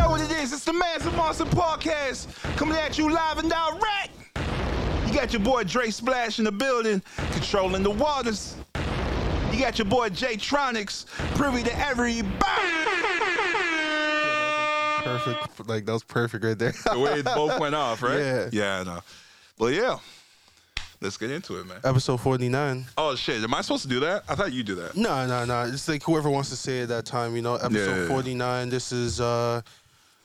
the Master Monster Podcast coming at you live and direct. You got your boy Dre Splash in the building, controlling the waters. You got your boy J Tronics, privy to every perfect. Like that was perfect right there. The way it both went off, right? Yeah. Yeah, I know. But yeah, let's get into it, man. Episode forty nine. Oh shit, am I supposed to do that? I thought you do that. No, no, no. It's like whoever wants to say it that time, you know. Yeah, Episode yeah, yeah. forty nine. This is uh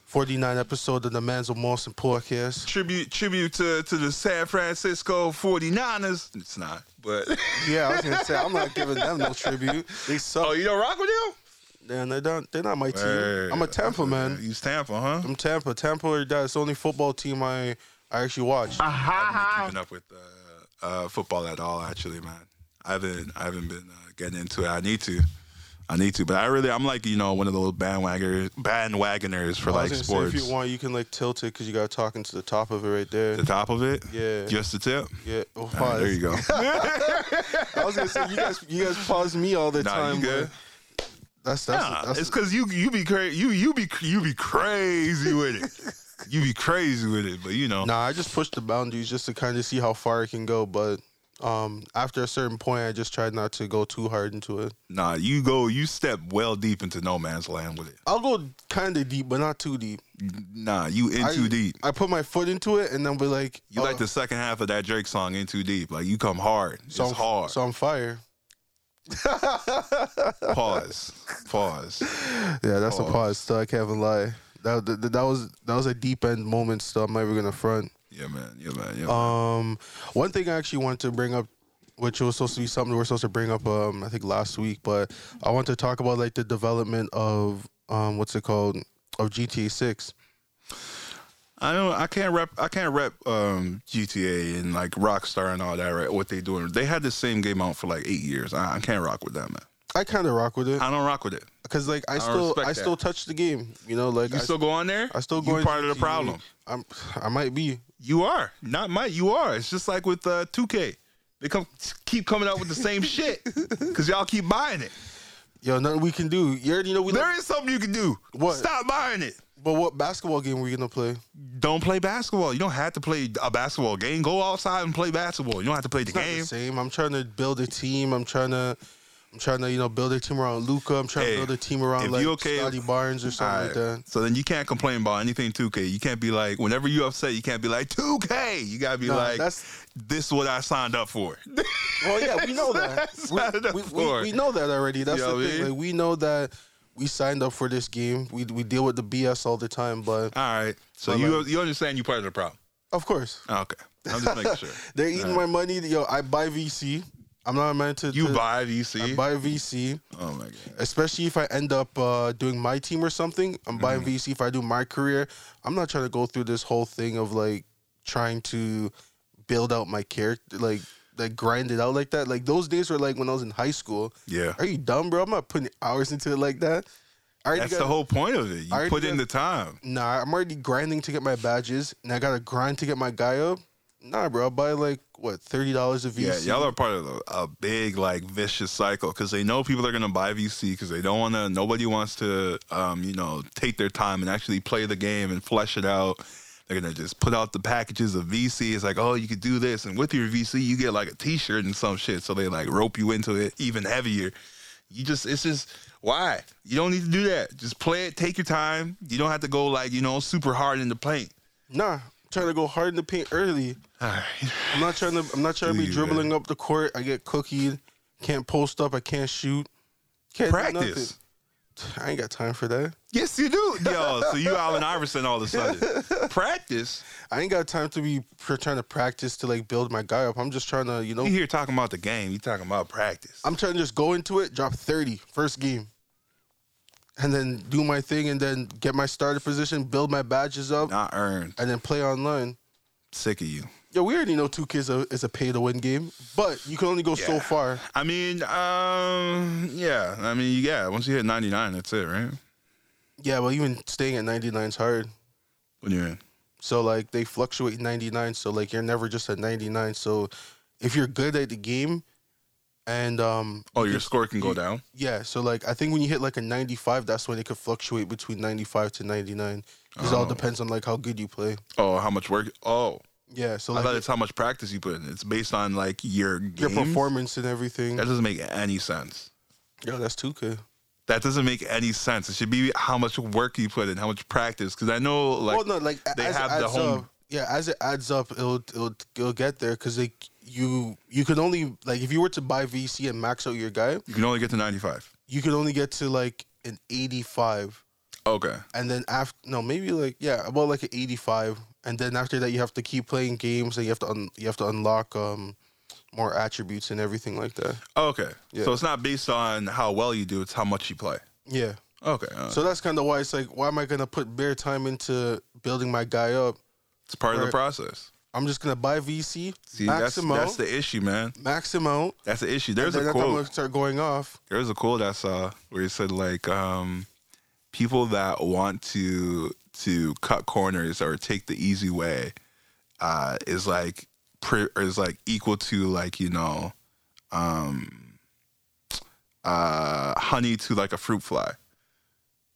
forty nine episode of the Man's of Morrison podcast. Tribute tribute to, to the San Francisco 49ers. It's not, but Yeah, I was gonna say I'm not giving them no tribute. Oh. They suck. Oh, you don't rock with you? Damn, they're not they're not my team. Hey, I'm a Tampa man. Use Tampa, huh? I'm Tampa. Tampa or die. It's the only football team I I actually watch. keeping up with uh, uh, football at all. Actually, man, I haven't I haven't been uh, getting into it. I need to, I need to. But I really I'm like you know one of those bandwagoners bandwagoners for I like was gonna say, sports. if you want, you can like tilt it because you got talking to the top of it right there. the top of it, Yeah. just the tip. Yeah, oh, All right, pause. there you go. I was gonna say you guys, you guys pause me all the nah, time. you good? but That's that's, Nah, that's it's because you you be crazy you you be you be crazy with it. You be crazy with it, but you know. Nah, I just pushed the boundaries just to kind of see how far it can go. But um, after a certain point, I just tried not to go too hard into it. Nah, you go, you step well deep into no man's land with it. I'll go kind of deep, but not too deep. Nah, you in I- too deep. I put my foot into it, and then be like, You uh, like the second half of that Drake song, In Too Deep. Like, you come hard. so it's I'm- hard. So I'm fire. pause. Pause. Yeah, that's Pause. a pause. Still, I can't even lie. That, that that was that was a deep end moment. Still, I'm never gonna front. Yeah, man. Yeah, man. Yeah, man. Um, one thing I actually wanted to bring up, which was supposed to be something we were supposed to bring up, um, I think last week, but I want to talk about like the development of um, what's it called of GTA Six. I don't. I can't rep. I can't rep um, GTA and like Rockstar and all that. Right? What they doing? They had the same game out for like eight years. I, I can't rock with that, man. I kind of rock with it I don't rock with it. because like I I still respect I that. still touch the game, you know, like You I, still go on there? I still You going part of the problem. I'm I might be. You are not Mike. You are. It's just like with uh, 2K. They come keep coming out with the same shit because y'all keep buying it. Yo, nothing we can do. You already know we. There is something you can do. What? Stop buying it. but what basketball game we gonna play? Don't play basketball. You don't have to play a basketball game. Go outside and play basketball. You don't have to play the Not the game. same. I'm trying to build a team. I'm trying to. I'm trying to, you know, build a team around Luca. I'm trying Hey, to build a team around if like you okay- Scotty Barnes or something like All right. that. So then you can't complain about anything 2K. You can't be like, whenever you upset, you can't be like 2K. You gotta be Nah, like, that's- this is what I signed up for. Well, yeah, we know that. That's We- not enough we, we- for- we know that already. That's You know what the I thing. mean? Like, we know that we signed up for this game. We we deal with the BS all the time, but All right. So But you you understand you part of the problem. of course, Okay. I'm just making sure. they're eating my money. Yo, I buy VC. I'm not meant to. You to- buy VC. I buy VC, oh my god. especially if I end up uh, doing my team or something. I'm buying Mm-hmm. VC if I do my career. I'm not trying to go through this whole thing of like trying to build out my character, like like grind it out like that. Like those days were like when I was in high school. Yeah. Are you dumb, bro? I'm not putting hours into it like that. I already That's got, the whole point of it. I You already put in got- the time. Nah, I'm already grinding to get my badges, and I gotta grind to get my guy up. Nah, bro, I'll buy like what thirty dollars of Yeah, VC. y'all are part of a, a big like vicious cycle because they know people are gonna buy VC because they don't want to. Nobody wants to, um, you know, take their time and actually play the game and flesh it out. They're gonna just put out the packages of VC. It's like, oh, you could do this, and with your VC, you get like a T-shirt and some shit. So they like rope you into it even heavier. You just, it's just why you don't need to do that. Just play it, take your time. You don't have to go like you know super hard in the paint. nah, I'm trying to go hard in the paint early. All right. I'm not trying to. I'm not trying to be Dude, dribbling up the court. I get cookied. Can't post up. I can't shoot. Can't do Practice. nothing. I ain't got time for that. Yes, you do. Yo, so you Allen Iverson all of a sudden. Practice. I ain't got time to be pr- trying to practice to like build my guy up. I'm just trying to, you know, You here talking about the game. You talking about practice. I'm trying to just go into it, drop 30 first game, and then do my thing, and then get my starter position, build my badges up, Not earned. and then play online. Sick of you. Yo, we already know 2K is a, is a pay to win game, but you can only go so Yeah. far. I mean, um, yeah. I mean, yeah. Once you hit 99, that's it, right? Yeah, but even staying at 99 is hard. When you're in. So, like, they fluctuate 99, so, like, you're never just at 99. So, if you're good at the game, and um Oh, your score can go down. yeah, so like I think when you hit like a 95, that's when it could fluctuate between 95 to 99. Because it all Oh. depends on like how good you play. Oh, how much work? Oh, Yeah, so I like thought it's how much practice you put in. It's based on like your your games. performance and everything. That doesn't make any sense. Yo, that's 2K. That doesn't make any sense. It should be how much work you put in, how much practice. Because I know, like, well, no, like a- they as have it the adds home- up, yeah, as it adds up, it'll it'll, it'll get there because like you you could only like if you were to buy VC and max out your guy, you can only get to 95. you could only get to like an 85, Okay. and then after no maybe like yeah about like an 85, and then after that you have to keep playing games and you have to un- you have to unlock um more attributes and everything like that. Oh, Okay. Yeah. So it's not based on how well you do, it's how much you play. Yeah, Okay. uh, so that's kind of why it's like why am I gonna put bare time into building my guy up? it's part of the right. process. I'm just gonna buy VC, See, that's, max him out, that's the issue, man. max him out. That's the issue. There's then a that's how I'm gonna quote. start going off. There's a quote I saw where it said, like, um, people that want to to cut corners or take the easy way uh, is like pre- is like equal to like you know um, uh, honey to like a fruit fly.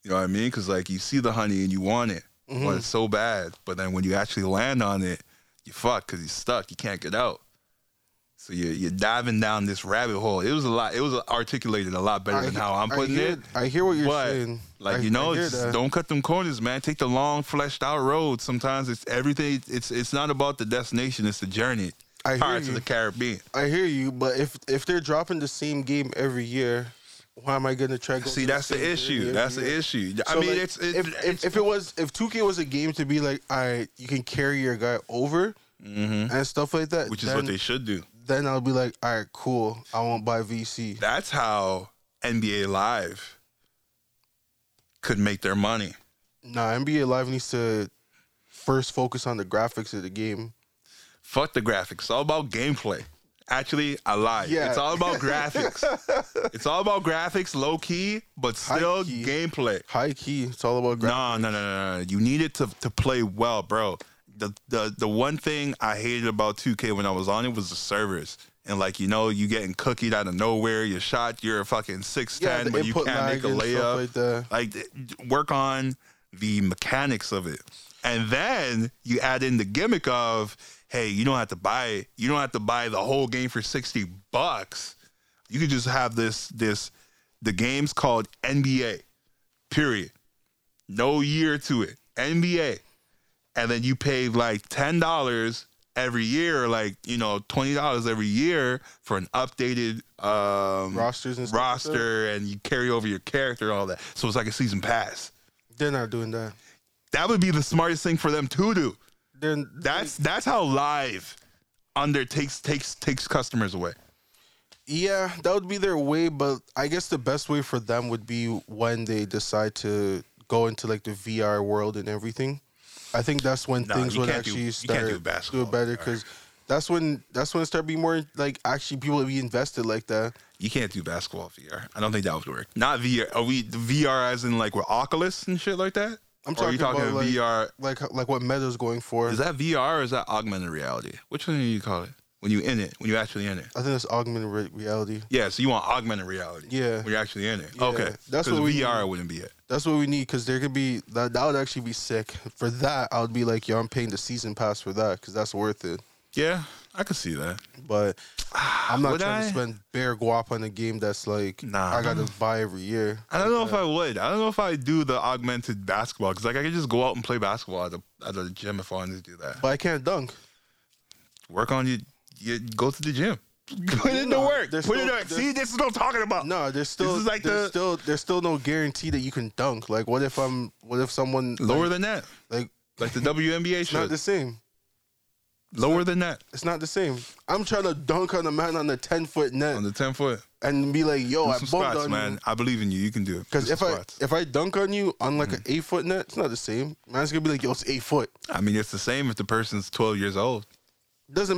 You know what I mean? Because like you see the honey and you want it, you Mm-hmm. want it so bad, but then when you actually land on it, you fuck because you're stuck. You can't get out. So you're, you're diving down this rabbit hole. It was a lot. It was articulated a lot better than he- how I'm putting hear, it. I hear what you're But saying. like I- you know, I hear just that. don't cut them corners, man. Take the long, fleshed out road. Sometimes it's everything. It's it's not about the destination; it's the journey. I hear Pirates of you. the Caribbean. I hear you, but if if they're dropping the same game every year, why am I gonna try? Go See, that's the issue. That's the issue. I So, mean, like, it's, it, if, it's if if it was if 2K was a game to be like, all right, you can carry your guy over and stuff like that, Mm-hmm. which is then, what they should do. then I'll be like, all right, cool, I won't buy VC. That's how NBA Live could make their money. Nah, NBA Live needs to first focus on the graphics of the game. Fuck the graphics. It's all about gameplay. Actually, I lied. Yeah. It's all about graphics. it's all about graphics, low key, but still key. gameplay. High key, it's all about graphics. No, no, no, no, no. You need it to to play well, bro. The the the one thing I hated about 2K when I was on it was the servers. And like you know, you getting cookied out of nowhere. Your shot, you're a fucking six yeah, ten, the but you input can't lag make a and layup. stuff like Like that. th- work on the mechanics of it. And then you add in the gimmick of, hey, you don't have to buy you don't have to buy the whole game for 60 bucks. You could just have this this the game's called NBA. Period. No year to it. NBA. And then you pay like $10 every year, or like, you know, $20 every year for an updated um Rosters and stuff like that? roster and you carry over your character and all that. So it's like a season pass. They're not doing that. That would be the smartest thing for them to do. Then That's that's how live undertakes takes takes customers away. yeah, that would be their way, but I guess the best way for them would be when they decide to go into like the VR world and everything. I think that's when Nah, things you would can't do- actually you can't start do do basketball it better with VR. because that's when that's when it start being more like actually people would be invested like that. You can't do basketball VR. I don't think that would work. Not VR. Are we VR as in like with Oculus and shit like that? I'm Or are you talking talking about, like- VR? Like like what Meta's going for. Is that VR or is that augmented reality? Which one do you call it? When you in it, when you actually in it. I think that's augmented re- reality. Yeah, so you want augmented reality. Yeah. When you're actually in it. Yeah, okay. that's 'Cause what we VR wouldn't be it. That's what we need because there could be that that would actually be sick. For that, I would be like, yo, I'm paying the season pass for that because that's worth it. Yeah, I could see that. but I'm not Would trying I? to spend bare guap on a game that's like Nah. I gotta buy every year. I don't know if I would. I don't know if I do the augmented basketball because like I could just go out and play basketball at the at the gym if I wanted to do that. But I can't dunk. Work on you. You go to the gym. Put in the No, work. Put there's in the no- work. there's- See, this is what I'm talking about. No, there's still is like there's the- still there's still no guarantee that you can dunk. Like what if I'm what if someone Lower like, than that. like Like the WNBA it's not shit. the same. Lower than that It's not the same. I'm trying to dunk on a man on a ten foot net on the 10 foot. and be like, yo, Do Oh, I some bumped squats, on man. you. I believe in you. You can do it. Because Do if some I squats. Mm. if I dunk on you on like an eight foot net, it's not the same. Man's gonna be like, yo, it's eight foot. I mean, it's the same if the person's 12 years old. Doesn't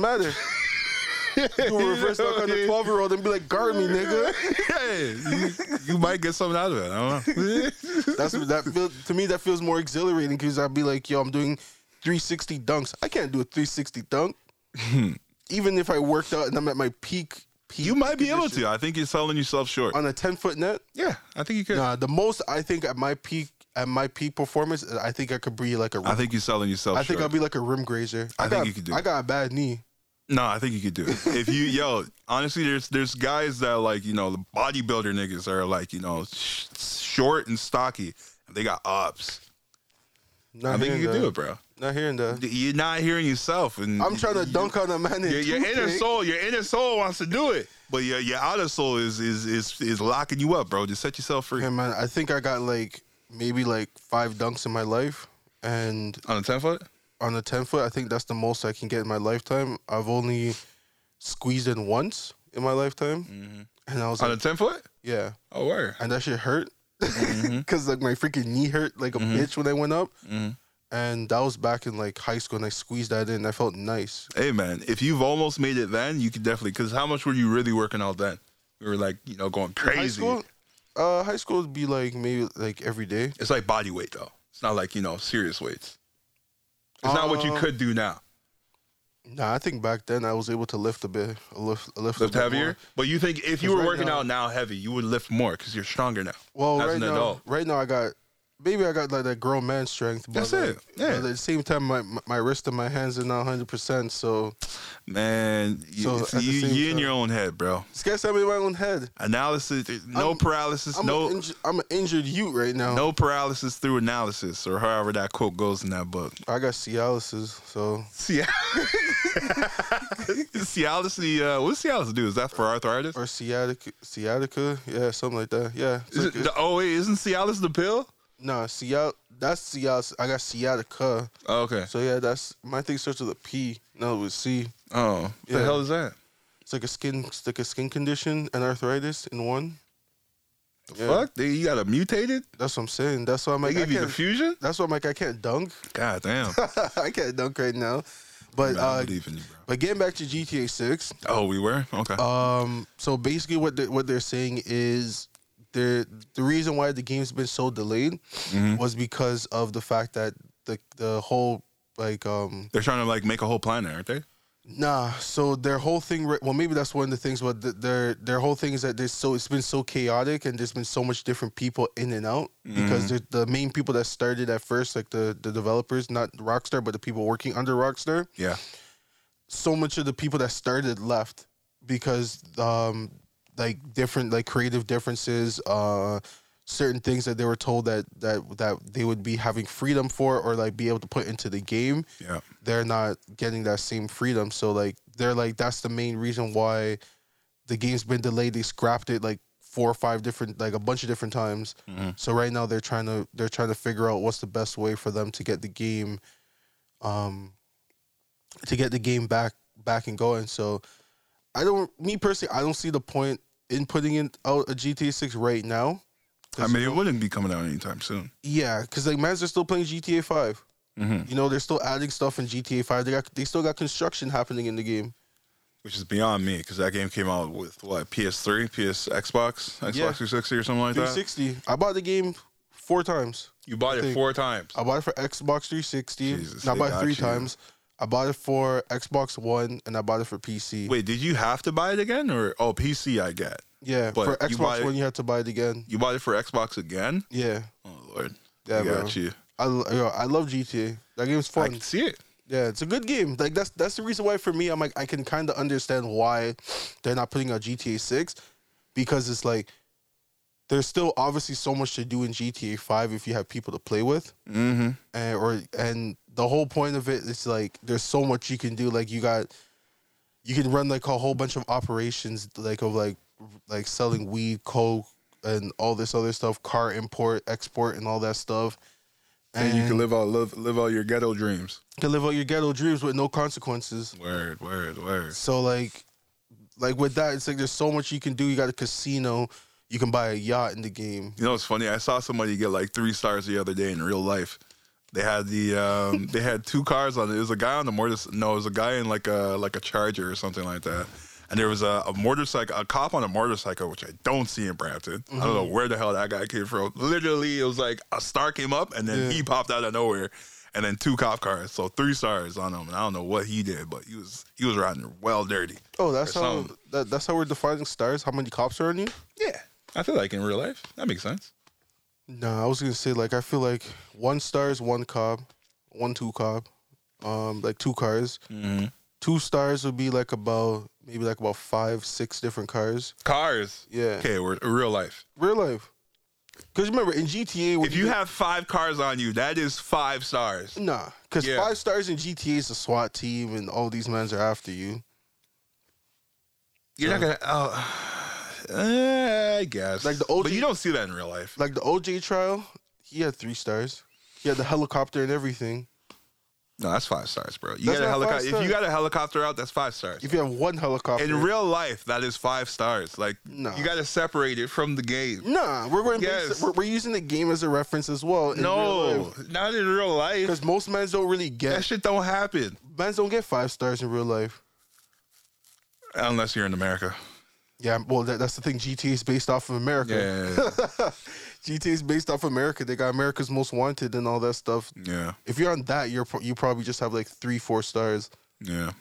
matter. Do a reverse dunk on a twelve year old and be like, guard me, nigga. Hey, you, you might get something out of it. I don't know. That's what that feel, to me. That feels more exhilarating because I'd be like, "Yo, I'm doing 360 dunks. I can't do a 360 dunk, even if I worked out and I'm at my peak peak You might be able condition. to. I think you're selling yourself short. on a ten foot net. Yeah, I think you could. Nah, the most I think at my peak at my peak performance, I think I could be like a. Rim, I think you're selling yourself I think I'll short. be like a rim grazer. I, I think got, you could do I it. got a bad knee. no, I think you could do it. If you, yo, honestly, there's there's guys that like you know the bodybuilder niggas are like you know sh- short and stocky. They got ups. Not I think hearing you could that. do it, bro. Not hearing that. You're not hearing yourself, and I'm trying to you- dunk on a man. in Your, your inner toothpick. soul, your inner soul wants to do it, but your your outer soul is is is is locking you up, bro. Just set yourself free Yeah, man. I think I got like maybe like five dunks in my life, and on a ten foot. on a ten foot, I think that's the most I can get in my lifetime. I've only squeezed in once in my lifetime, and I was On like, a ten foot? yeah, Oh, word. and that shit hurt Mm-hmm. because like my freaking knee hurt like a bitch when I went up, and that was back in like high school, and I squeezed that in. I felt nice. Hey man, if you've almost made it then, you could definitely. Because how much were you really working out then? We were like, you know, going High crazy. school, uh, high school would be like maybe like every day. It's like body weight though. It's not like you know serious weights. It's not what you Um, could do now. Nah, I think back then I was able to lift a bit, lift, lift, a Lift bit heavier, more. but you think if you 'Cause were right working now- out now heavy, you would lift more because you're stronger now. Well, as right an now, adult. right now I got maybe I got like that grown man strength. But That's it, like, yeah. but At the same time, my my- my wrist and my hands are not hundred percent. So Man, you, So, it's- at the you, same you in time- your own head, bro. this guy's having my own head. Analysis, no I'm- paralysis, I'm no an inju- I'm an injured you right now. no paralysis through analysis, or however that quote goes in that book. I got Cialis, so See, Cialis, the, uh, what's Cialis do? Is that for arthritis? or sciatica, sciatica, yeah, something like that. Yeah, it's Is like- it, the, oh wait, isn't Cialis the pill? nah, sciat. That's Cialis. I got sciatica. Oh, okay. So yeah, that's my thing starts with a P. No, with C. Oh, what Yeah. the hell is that? It's like a skin, it's like a skin condition and arthritis in one. Yeah. Fuck, they, you got a mutated? That's what I'm saying. That's why I'm They like, I give you the can't fusion? That's why I'm like, I can't dunk. God damn, I can't dunk right now. But Man, I uh, believe in you, bro. but getting back to GTA Six, Oh, we were okay. um, so basically what they what they're saying is the the reason why the game's been so delayed Mm-hmm. Hmm? was because of the fact that the the whole like um They're trying to like make a whole planet, aren't they? nah so their whole thing ri- well maybe that's one of the things but th their their whole thing is that there's so it's been so chaotic and there's been so much different people in and out because the the main people that started at first like the the developers not Rockstar but the people working under Rockstar Yeah. so much of the people that started left because um like different like creative differences uh certain things that they were told that that that they would be having freedom for or like be able to put into the game Yeah. they're not getting that same freedom so like they're like that's the main reason why the game's been delayed they scrapped it like four or five different like a bunch of different times so right now they're trying to they're trying to figure out what's the best way for them to get the game um to get the game back back and going. So I don't me personally I don't see the point in putting in out a GTA six right now. I mean, it wouldn't be coming out anytime soon. Yeah, because like man's are still playing GTA five. Mm-hmm. You know, they're still adding stuff in GTA five. They got they still got construction happening in the game. which is beyond me because that game came out with what PS3, PS Xbox, Xbox Yeah. 360 or something like Three that. sixty. I bought the game four times. You bought it think- four times. I bought it for Xbox three sixty. Jesus, I they bought it got three you. times. I bought it for Xbox One and I bought it for PC. Wait, did you have to buy it again or oh PC? I get yeah, but for you buy Xbox it- One you had to buy it again. you bought it for Xbox again. Yeah, Oh lord, Yeah, I got bro. you. I lo- yo, I love GTA. That game's I fun. can see it. Yeah, it's a good game. Like that's that's the reason why for me, I'm like I can kind of understand why they're not putting out GTA Six because it's like there's still obviously so much to do in GTA Five if you have people to play with, Mm-hmm. and or and the whole point of it is like there's so much you can do. Like you got you can run like a whole bunch of operations like of like like selling weed, coke, and all this other stuff, car import, export, and all that stuff. And, you can live all live, live all your ghetto dreams. can live out your ghetto dreams with no consequences. Word, word, word. So like, like with that, it's like there's so much you can do. You got a casino, you can buy a yacht in the game. You know what's funny? I saw somebody get like three stars the other day in real life. They had the um, they had two cars on it. It was a guy on the mortar. No, it was a guy in like a like a Charger or something like that. And there was a, a motorcycle, a cop on a motorcycle, which I don't see in Brampton. I don't know where the hell that guy came from. Literally, it was like a star came up and then Yeah. he popped out of nowhere. and then two cop cars. So three stars on him. And I don't know what he did, but he was he was riding well dirty. Oh, that's Or how some. that, that's how we're defining stars. How many cops are on you? Yeah, I feel like in real life that makes sense. No, I was gonna say like I feel like one star is one cop, one two cop, um like two cars. Mm-hmm. Two stars would be like about maybe like about five six different cars. Cars. Yeah, Okay, we're real life. real life. Because remember in GTA, when If you have five cars on you, that is five stars. nah, because Yeah. five stars in GTA is the SWAT team and all these men's are after you. You're not gonna. Oh, uh, I guess. Like the OG but you don't see that in real life. Like the OJ trial, he had three stars. He had the helicopter and everything. No, that's five stars, bro. You got a That's not five helicopter. If stars. you got a helicopter out, that's five stars. If you have one helicopter, In real life, that is five stars. Like No. you got to separate it from the game. nah, we're going Yes. we're, we're using the game as a reference as well. no, not in real life. because most men's don't really That get shit don't happen men's don't get five stars in real life. unless you're in America. Yeah, well, that, that's the thing. GTA is based off of America. Yeah, GTA is based off America. They got America's Most Wanted and all that stuff. yeah, If you're on that, you're pro- you probably just have like three, four stars. yeah.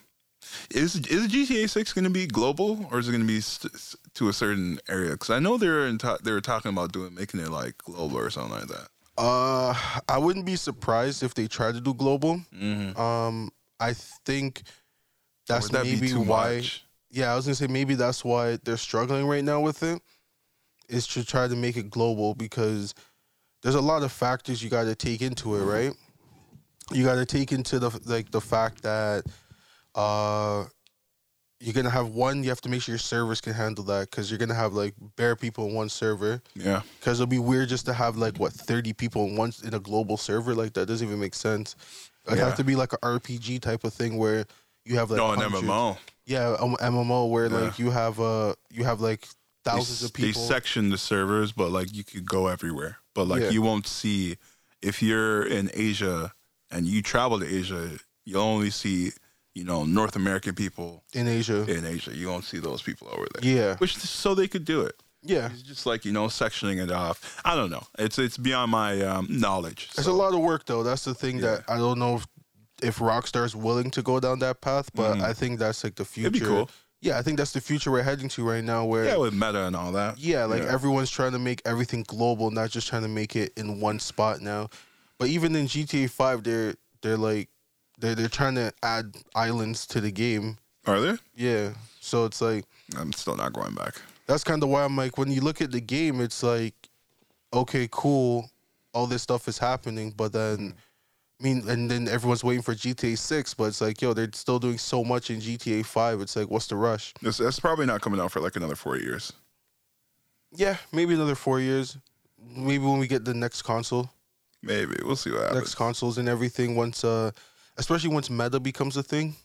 Is is GTA Six going to be global or is it going to be st- s- to a certain area? Because I know they're in ta- they were talking about doing making it like global or something like that. Uh, I wouldn't be surprised if they try to do global. Mm-hmm. Um, I think that's Would that maybe be too why. much? Yeah, I was gonna say maybe that's why they're struggling right now with it, is to try to make it global because there's a lot of factors you got to take into Mm-hmm. it, right? You got to take into the like the fact that uh you're gonna have one. You have to make sure your servers can handle that because you're gonna have like bare people in one server. Yeah, Because it'll be weird just to have like what thirty people in once in a global server like that doesn't even make sense. It'd Yeah. have to be like a RPG type of thing where you have like no, an hundreds- MMO. Yeah, um, MMO where Yeah. like you have uh you have like They s- thousands of people. They section the servers, but like you could go everywhere. But like Yeah. you won't see if you're in Asia and you travel to Asia, you'll only see you know North American people in Asia. in Asia. You won't see those people over there. Yeah, Which so they could do it. yeah. It's just like you know sectioning it off. I don't know. It's it's beyond my um, knowledge. There's So, a lot of work though. That's the thing that I don't know if, if Rockstar's willing to go down that path, but Mhm. I think that's like the future. It'd be cool. Yeah, I think that's the future we're heading to right now. Where Yeah, with Meta and all that. Yeah, like Yeah. everyone's trying to make everything global, not just trying to make it in one spot now. But even in GTA Five, they're they're like they're they're trying to add islands to the game. Are there? Yeah, so it's like I'm still not going back. that's kind of why I'm like when you look at the game, it's like okay, cool, all this stuff is happening, but Mm. then. I mean, and then everyone's waiting for GTA 6, but it's like, yo, they're still doing so much in GTA 5. It's like, what's the rush? That's, that's probably not coming out for like another four years. Yeah, maybe another four years. Maybe when we get the next console. Maybe we'll see what happens. next consoles and everything once uh especially once meta becomes a thing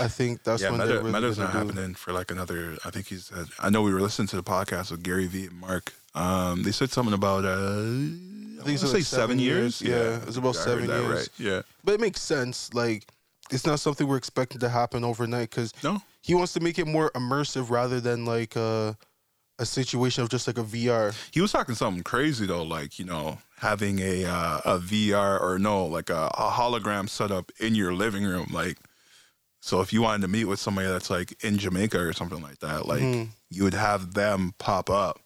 i think that's yeah, when Meta, they're really Meta's gonna not do- happening for like another. I think he's. Said, I know we were listening to the podcast with Gary Vee and Mark. Um, they said something about. Uh, I think think it's say like seven seven years. years. Yeah, it's about I heard seven that years. Right. Yeah. but it makes sense like it's not something we're expecting to happen overnight because No. he wants to make it more immersive rather than like uh a situation of just like a vr He was talking something crazy though, like you know having a uh, a VR or no, like a, a hologram setup in your living room, like. So if you wanted to meet with somebody that's like in Jamaica or something like that, like Mhm. you would have them pop up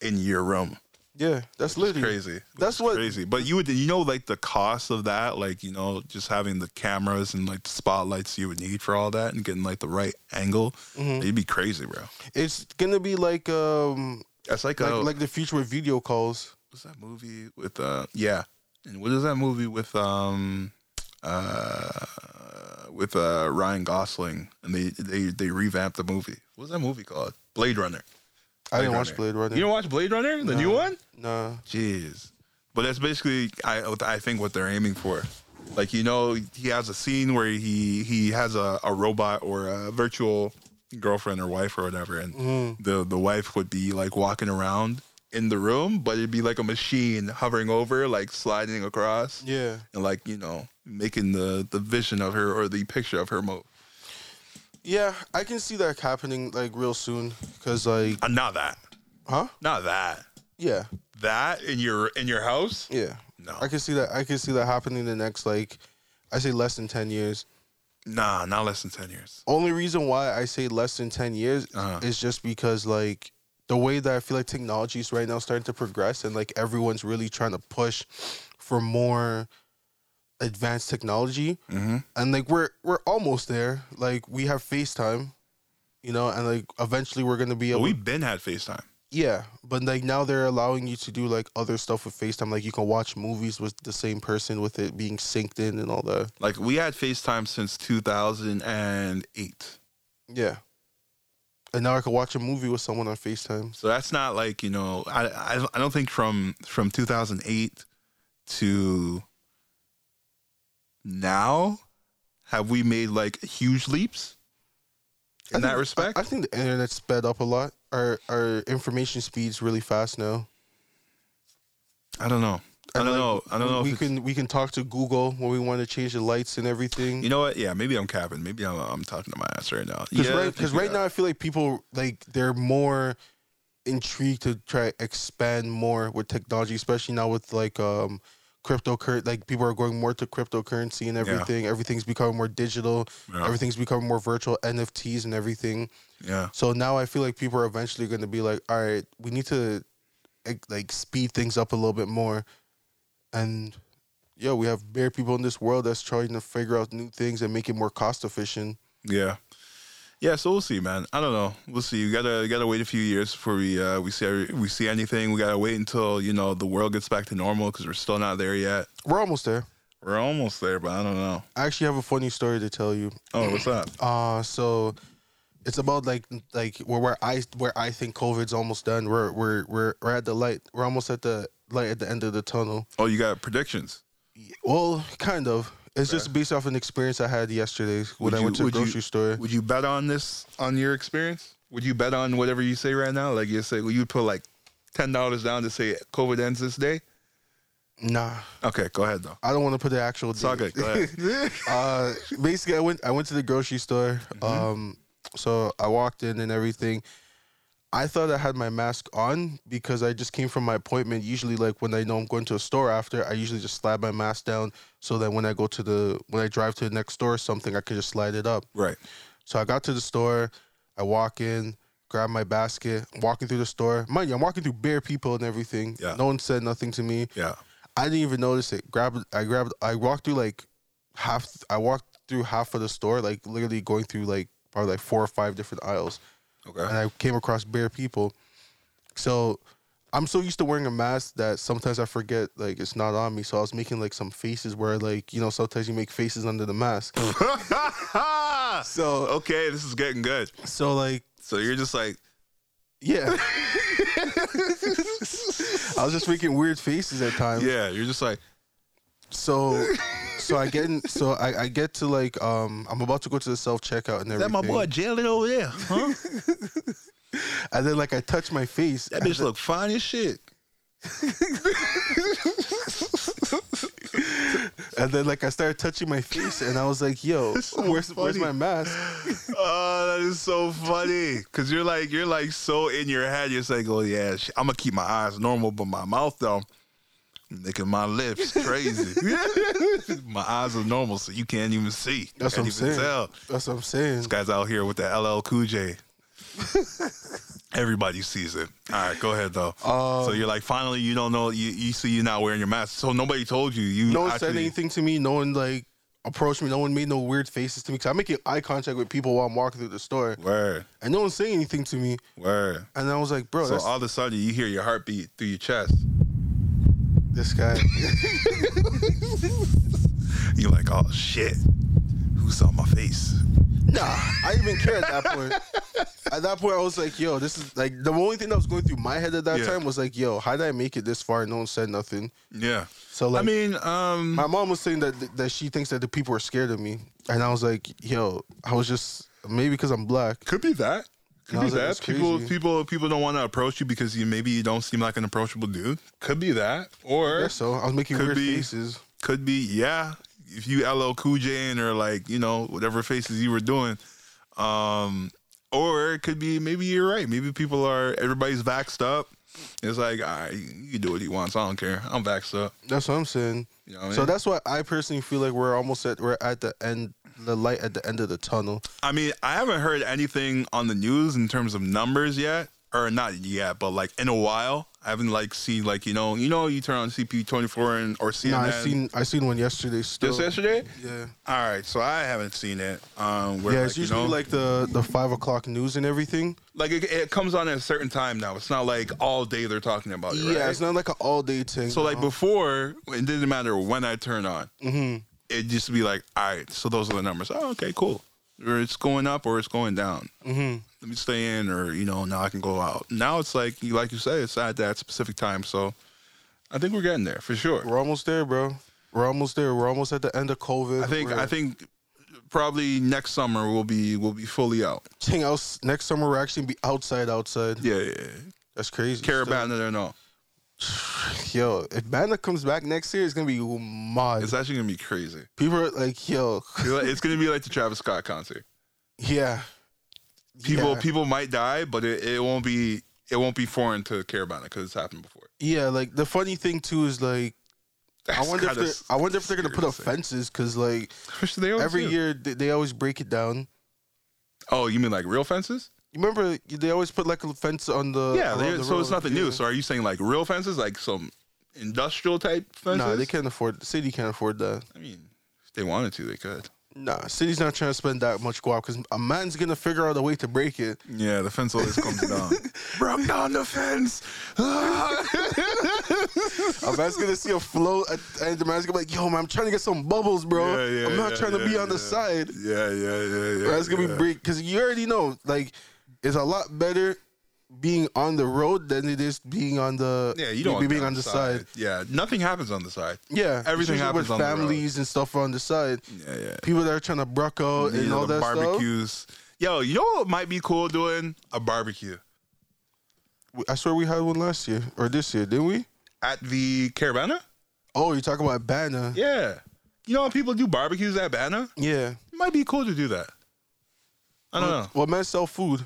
in your room. yeah that's Which is literally crazy. Which That's is what- crazy. But you would you know like the cost of that, like you know just having the cameras and like the spotlights you would need for all that and getting like the right angle. Mhm. It'd be crazy, bro. it's gonna be like um That's like, like, a like the future with video calls what's that movie with uh yeah, and what is that movie with um uh with uh Ryan Gosling and they they they revamped the movie. What's that movie called? Blade Runner. i didn't Blade watch Runner. blade runner You don't watch Blade Runner, the new No. one? nah Jeez. But that's basically I I think what they're aiming for. Like you know, he has a scene where he he has a, a robot or a virtual girlfriend or wife or whatever, and Mm-hmm. the the wife would be like walking around in the room, but it'd be like a machine hovering over, like sliding across, yeah and like you know making the the vision of her or the picture of her move. yeah i can see that happening like real soon because like Uh, not that, huh not that. yeah that in your in your house? Yeah, No. I can see that. I can see that happening in the next like, I say less than ten years. Nah, not less than ten years. Only reason why I say less than ten years Uh-huh. is just because like the way that I feel like technology is right now starting to progress and like everyone's really trying to push for more advanced technology. Mm-hmm. and like we're we're almost there. Like we have FaceTime, you know, and like eventually we're gonna be But able. we've been had FaceTime. yeah, but like now they're allowing you to do like other stuff with FaceTime. Like you can watch movies with the same person with it being synced in and all that. Like we had FaceTime since 2008. Yeah. And now I can watch a movie with someone on FaceTime. So that's not like you know. I I, I don't think from from 2008 to now have we made like huge leaps in I that think- respect. I, I think the internet sped up a lot. Our our information speeds really fast now. I, don't know. I don't And, like, know. I don't know. We If it's, can we can talk to Google when we want to change the lights and everything. you know what? Yeah, maybe I'm capping. Maybe I'm, I'm talking to my ass right now. Because yeah, I right, think 'cause we right got- now I feel like people like they're more intrigued to try expand more with technology, especially now with like um cryptocurrency. Like people are going more to cryptocurrency and everything. Everything's becoming more digital. Yeah. Everything's becoming more virtual, NFTs and everything. yeah, So now I feel like people are eventually going to be like, all right, we need to like- like speed things up a little bit more, and. Yeah, we have bare people in this world that's trying to figure out new things and make it more cost efficient. yeah, yeah. So we'll see, man. I don't know. We'll see. We gotta gotta wait a few years before we uh, we see we see anything. We gotta wait until you know the world gets back to normal because we're still not there yet. We're almost there. We're almost there, but I don't know. I actually have a funny story to tell you. Oh, what's up? Uh so it's about like like where, where I where I think COVID's almost done. We're we're we're we're at the light. We're almost at the light at the end of the tunnel. Oh, you got predictions. Well, kind of. It's just based off an experience I had yesterday when Would I you- went to the would you- grocery store. Would you bet on this on your experience? Would you bet on whatever you say right now? Like you say, well, you'd put like ten dollars down to say COVID ends this day. Nah, Okay, go ahead though. I don't want to put the actual. It's all good. Go ahead. uh, basically, I went I went to the grocery store. Mm-hmm. Um, so I walked in and everything. I thought I had my mask on because I just came from my appointment. Usually, like when I know I'm going to a store after, I usually just slide my mask down so that when I go to the when I drive to the next store or something, I could just slide it up. right. So I got to the store, I walk in, grab my basket, walking through the store. Mind you, I'm walking through bare people and everything. Yeah. No one said nothing to me. Yeah. I didn't even notice it. Grabbed, I grabbed, I walked through like half. I walked through half of the store, like literally going through like probably like four or five different aisles, and Okay. I came across bare people. So I'm so used to wearing a mask that sometimes I forget like it's not on me. So I was making like some faces where like you know sometimes you make faces under the mask. so okay, this is getting good. so like So you're just like, yeah. I was just making weird faces at times. yeah, you're just like, So, so I get in, so I, I get to like um I'm about to go to the self checkout and everything. Jalen over there, huh? And then like I touch my face. That bitch look fine as shit. And then like I started touching my face and I was like, yo, so where's where's funny. my mask? Oh, that is so funny. Cause you're like you're like so in your head. You're just like, oh yeah, sh- I'm gonna keep my eyes normal, but my mouth though, nigga, my lips crazy. my eyes are normal, so you can't even see. That's can't what I'm even saying. Tell. That's what I'm saying. This guy's out here with the LL Cool J. Everybody sees it. All right, go ahead though. Um, so you're like, finally, you don't know. You you see, you're not wearing your mask. So nobody told you. You No one said actually- anything to me. No one like approached me. No one made no weird faces to me. Cause I'm making eye contact with people while I'm walking through the store, Word, and no one's saying anything to me. word. And I was like, bro, So Oh, that's all of a sudden, you hear your heartbeat through your chest. this guy. You're like, oh shit, who saw my face? Nah, I didn't even care at that point. at that point, I was like, yo, this is like the only thing that was going through my head at that Yeah. time was like, yo, how did I make it this far? and No one said nothing. Yeah. So like, I mean, um, my mom was saying that that she thinks that the people are scared of me, and I was like, yo, I was just maybe because I'm black. could be that. Could No, I be was like, that. that's People, crazy. people, people don't want to approach you because you maybe you don't seem like an approachable dude. Could be that, or I guess So I was making Could weird be. faces. could be yeah. If you LL Cool J in or like you know whatever faces you were doing, um, Or it could be maybe you're right. Maybe people are everybody's vaxxed up. It's like, all right, you can do what he wants. I don't care. I'm vaxxed up. That's what I'm saying. You know what I mean? So that's why I personally feel like we're almost at we're at the end, the light at the end of the tunnel. I mean, I haven't heard anything on the news in terms of numbers yet, or not yet, but like in a while. I haven't like seen like you know you know you turn on CP twenty four and or CNN. Nah, I seen I seen one yesterday. Still, just yesterday. yeah, All right, so I haven't seen it. Um, where, yeah. like, It's you usually know, like the the five o'clock news and everything. like it, it comes on at a certain time now. It's not like all day they're talking about it. Yeah, right? it's not like an all day thing. Uh-huh. So like no. before, it didn't matter when I turn on. Mm-hmm. It used to be like, all right, so those are the numbers. Oh, okay, cool. Or it's going up or it's going down. Mm-hmm. Let me stay in, or you know, now I can go out. Now it's like you, like you say, it's at that specific time. So I think we're getting there for sure. we're almost there, bro. We're almost there. We're almost at the end of COVID. I think We're- I think probably next summer we'll be we'll be fully out. Thing else, next summer we're actually gonna be outside, outside. Yeah, yeah. yeah. That's crazy. Carabana and all. Still- Yo, if Banda comes back next year, it's gonna be mad. It's actually gonna be crazy. People are like, yo, It's gonna be like the Travis Scott concert. yeah, people Yeah. people might die, but it, it won't be it won't be foreign to Carabana because it's happened before. yeah. Like the funny thing too is like, I That's wonder if kinda they're, I wonder if they're gonna put up scary Oh, fences because like to say. They always every do. year they, they always break it down. Oh, you mean like real fences? You remember they always put like a fence on the yeah. around they- the so it's road. nothing Yeah. new. So are you saying like real fences, like some industrial type fences? Nah, they can't afford. The city can't afford that. I mean, if they wanted to, they could. Nah, city's not trying to spend that much guap because a man's gonna figure out a way to break it. Yeah, the fence always comes down. Broke down the fence. Ah! A man's gonna see a float, and- and the man's gonna be like, "Yo, man, I'm trying to get some bubbles, bro. Yeah, yeah, I'm not yeah, trying to be yeah, on the yeah. side." yeah, yeah, yeah, yeah. That's gonna yeah. be break because you already know, like, it's a lot better being on the road than it is being on the Yeah, you don't be, want being that on the side. Yeah, nothing happens on the side. Yeah, Everything especially happens with on the road. families and stuff on the side. Yeah, yeah. People that are trying to bruck out Oh, and Yeah, all the that stuff. barbecues. Yo, you know what might be cool doing a barbecue I swear we had one last year or this year, didn't we? at the Caravana? Oh, you're talking about Banner. Yeah, you know how people do barbecues at Banner? yeah. It might be cool to do that. I don't know. Well, men sell food.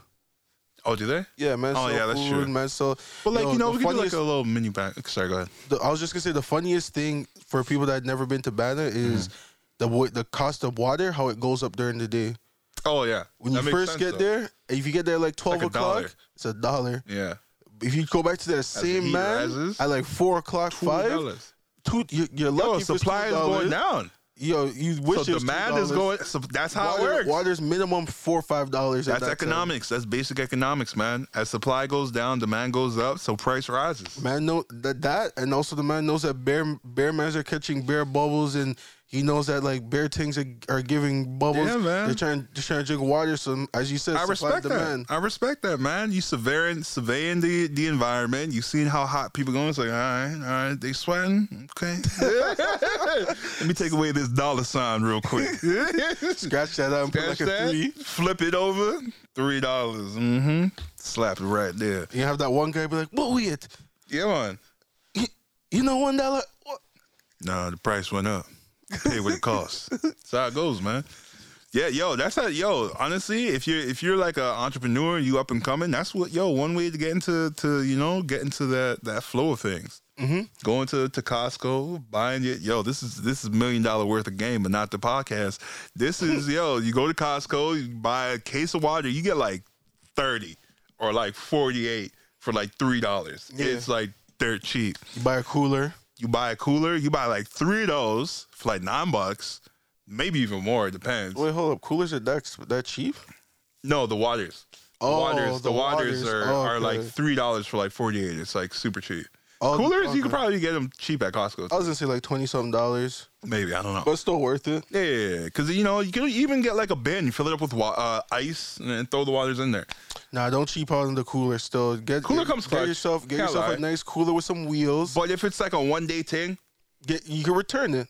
Oh, do they? Yeah, men Uh-huh. Oh, sell yeah, that's food. true. Men sell. But like Yo, you know, the we could do like funniest- a little mini back. Sorry, go ahead. the, I was just gonna say the funniest thing for people that had never been to Banner is Mm-hmm. the wa- the cost of water, how it goes up during the day. Oh yeah, When That you makes first sense, get though. there, if you get there like twelve like a o'clock, dollar. it's a dollar. yeah, If you go back to that the same heat man rises, at like four o'clock, five, $2. two, you're, you're lucky. Yo, if it's supply is $2. going down. Yo, you wish So it was demand is $2. going. So that's how water, it works. Water's minimum four or five dollars. at That's that time. economics. That's basic economics, man. As supply goes down, demand goes up, so price rises. Man know that that and also the man knows that bear bear mans are catching bear bubbles and he knows that like bear things are, are giving bubbles. Yeah, man. They're trying they're trying to drink water. So as you said, I supply respect that. demand. I respect that, man. You surveying surveying the the environment. You seeing how hot people going. It's like, all right, all right, they sweating. Okay, let me take away this dollar sign real quick. Scratch that out and put Catch like a that? three. Flip it over, three dollars. Mm-hmm. Slap it right there. You have that one guy be like, "What we it? Yeah, man. You know, one dollar." What? Nah, the price went up. Pay what it costs. That's how it goes, man. Yeah, yo, that's how. Yo, honestly, if you're if you're like an entrepreneur, you up and coming. That's what yo one way to get into to you know get into that that flow of things. Mm-hmm. Going to to Costco, buying it. Yo, this is this is million dollar worth of game, but not the podcast. This is yo. You go to Costco, you buy a case of water, you get like thirty or like forty eight for like three dollars. Yeah. It's like dirt cheap You buy a cooler. you buy a cooler, you buy like three of those for like nine bucks, maybe even more, it depends. Wait, hold up. Coolers are that that cheap? No, the waters. The Oh, waters, the, the waters, waters. are, Oh, are like okay. three dollars for like forty eight. It's like super cheap. Oh, Coolers, you okay. could probably get them cheap at Costco. I was gonna say like twenty something dollars, maybe I don't know. but still worth it. yeah, because you know you can even get like a bin, fill it up with wa- uh, ice, and then throw the waters in there. Nah, don't cheap out on the cooler. Still get Cooler get, comes get clutch. yourself get Can't yourself lie. a nice cooler with some wheels. But if it's like a one day thing, Get you can return it.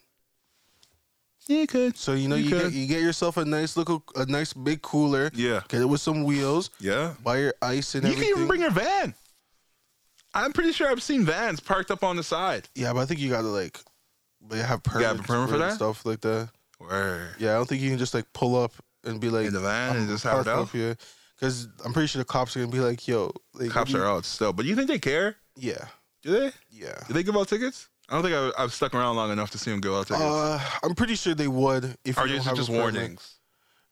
yeah, you could. So you know You you, get e-, could. you get yourself a nice little a nice big cooler. Yeah. Get it with some wheels. Yeah, Buy your ice and you everything. can even bring your van. I'm pretty sure I've seen vans parked up on the side. yeah, but I think you gotta like they have permits, gotta have a permit for it and that? stuff like that. Word. Yeah, I don't think you can just like pull up and be like in the van and just have park it out. up here. Because I'm pretty sure the cops are gonna be like, "Yo, like, what Cops do you- are out still, but you think they care? Yeah, Do they? yeah. Do they give out tickets? I don't think I, I've stuck around long enough to see them give out tickets. Uh, I'm pretty sure they would. If or you is don't it have just a permit. warnings?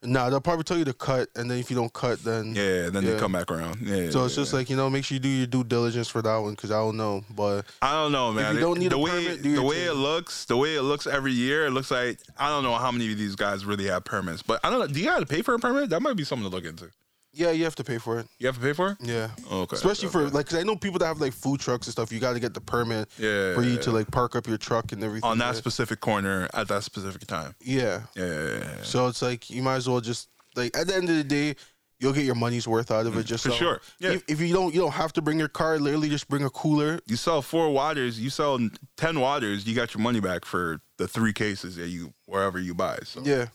Nah, they'll probably tell you to cut, and then if you don't cut, then Yeah, and then they Yeah. come back around. Yeah. So it's just like you know, make sure you do your due diligence for that one because I don't know, but I don't know, man. you don't need the a way permit, do the your way it thing. looks, the way it looks every year, it looks like I don't know how many of these guys really have permits. But I don't know. Do you got to pay for a permit? That might be something to look into. yeah, you have to pay for it. You have to pay for it. Yeah, Okay. especially for okay. like 'cause I know people that have like food trucks and stuff. You got to get the permit Yeah. for you to like park up your truck and everything. on that yeah. specific corner at that specific time. yeah. Yeah. yeah, yeah, yeah. So it's like you might as well just like at the end of the day, you'll get your money's worth out of it. Just Mm, for so- sure. Yeah. If, if you don't, you don't have to bring your car. Literally, just bring a cooler. You sell four waters, you sell ten waters, you got your money back for the three cases that you wherever you buy. So Yeah.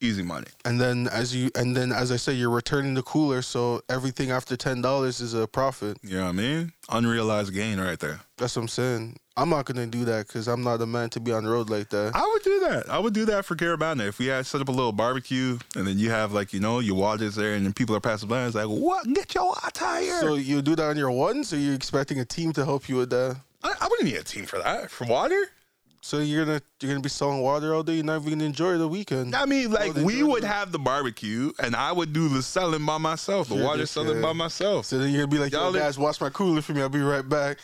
easy money. And then as you and then as I say, you're returning the cooler, so everything after ten dollars is a profit. You know what I mean? Unrealized gain right there. That's what I'm saying. I'm not gonna do that because I'm not a man to be on the road like that. I would do that. I would do that for Carabana. If we had set up a little barbecue and then you have like, you know, your waters there and then people are passing by, it's like, what? Get your water here. So you do that on your ones, or you're expecting a team to help you with that? I, I wouldn't need a team for that. For water? So you're gonna you're gonna be selling water all day. You're not even gonna enjoy the weekend. I mean, like, they we do it would now. have the barbecue and I would do the selling by myself, the You're water just selling a- by myself. So then you're gonna be like, Y'all "Yo, li- guys, watch my cooler for me. I'll be right back."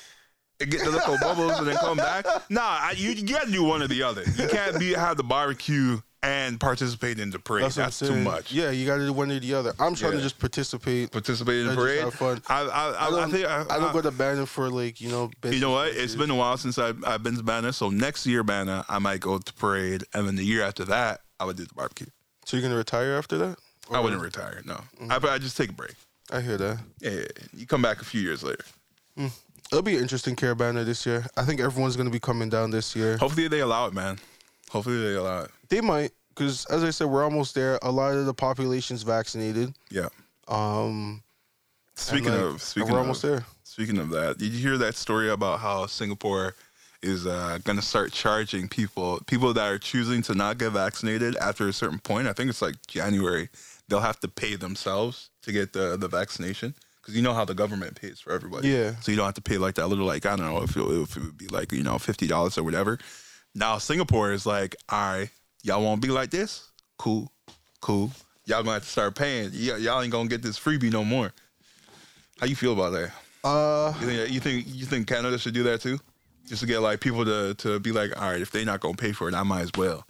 and get the little bubbles and then come back. Nah, I, you, you got to do one or the other. You can't be have the barbecue and participate in the parade. That's, what I'm too saying. much. Yeah, you gotta do one or the other. I'm trying Yeah. to just participate. Participate in the I just parade. have fun. I, I, I, I don't, I think I, I don't go to Bannon for like you know. you business know what? It's issues. been a while since I've, I've been to Banner. So next year, Banner, I might go to parade, and then the year after that, I would do the barbecue. So you're gonna retire after that? I wouldn't retire. No, Mm-hmm. I, I just take a break. I hear that. Yeah, yeah, yeah. you come back a few years later. It'll be an interesting Caravana this year. I think everyone's going to be coming down this year. Hopefully they allow it, man. Hopefully they allow it. They might, because as I said, we're almost there. A lot of the population's vaccinated. Yeah. Um, and, Speaking like, of, speaking we're of, almost there. Speaking of that, did you hear that story about how Singapore is uh, going to start charging people people that are choosing to not get vaccinated after a certain point? I think it's like January. They'll have to pay themselves to get the the vaccination because you know how the government pays for everybody. Yeah. So you don't have to pay like that little like I don't know if it, if it would be like you know fifty dollars or whatever. Now Singapore is like, all right, y'all won't be like this. Cool, cool. Y'all gonna have to start paying. Y- y'all ain't gonna get this freebie no more. How you feel about that? Uh, You think, you think you think Canada should do that too? Just to get like people to, to be like, all right, if they're not gonna pay for it, I might as well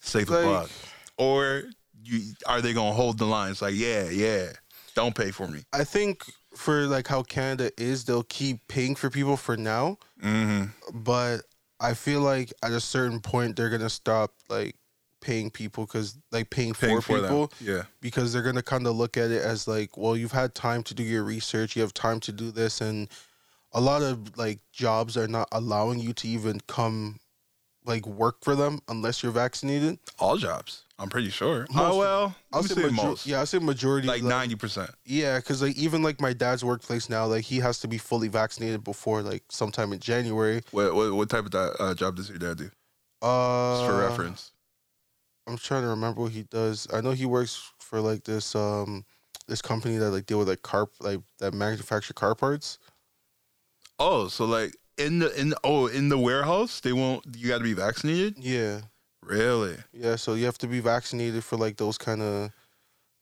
save the Like- buck. Or you, are they gonna hold the line? It's like, yeah, yeah, don't pay for me. I think for like how Canada is, they'll keep paying for people for now. Mm-hmm. But I feel like at a certain point, they're going to stop like paying people because like paying, Paying for for people. them, yeah. because they're going to kind of look at it as like, well, you've had time to do your research, you have time to do this, and a lot of like jobs are not allowing you to even come like work for them unless you're vaccinated. All jobs, I'm pretty sure. Most oh of- well, I'll I'll say, say, major- most, yeah, I'll say majority, like ninety percent. yeah, because like even like my dad's workplace now, like he has to be fully vaccinated before like sometime in January. What, what what type of di- uh, job does your dad do? Uh, Just for reference, I'm trying to remember what he does. I know he works for like this um this company that like deal with like car like that manufacture car parts. oh, so like in the in oh in the warehouse, they won't. You got to be vaccinated, Yeah. really? Yeah, so you have to be vaccinated for like those kind of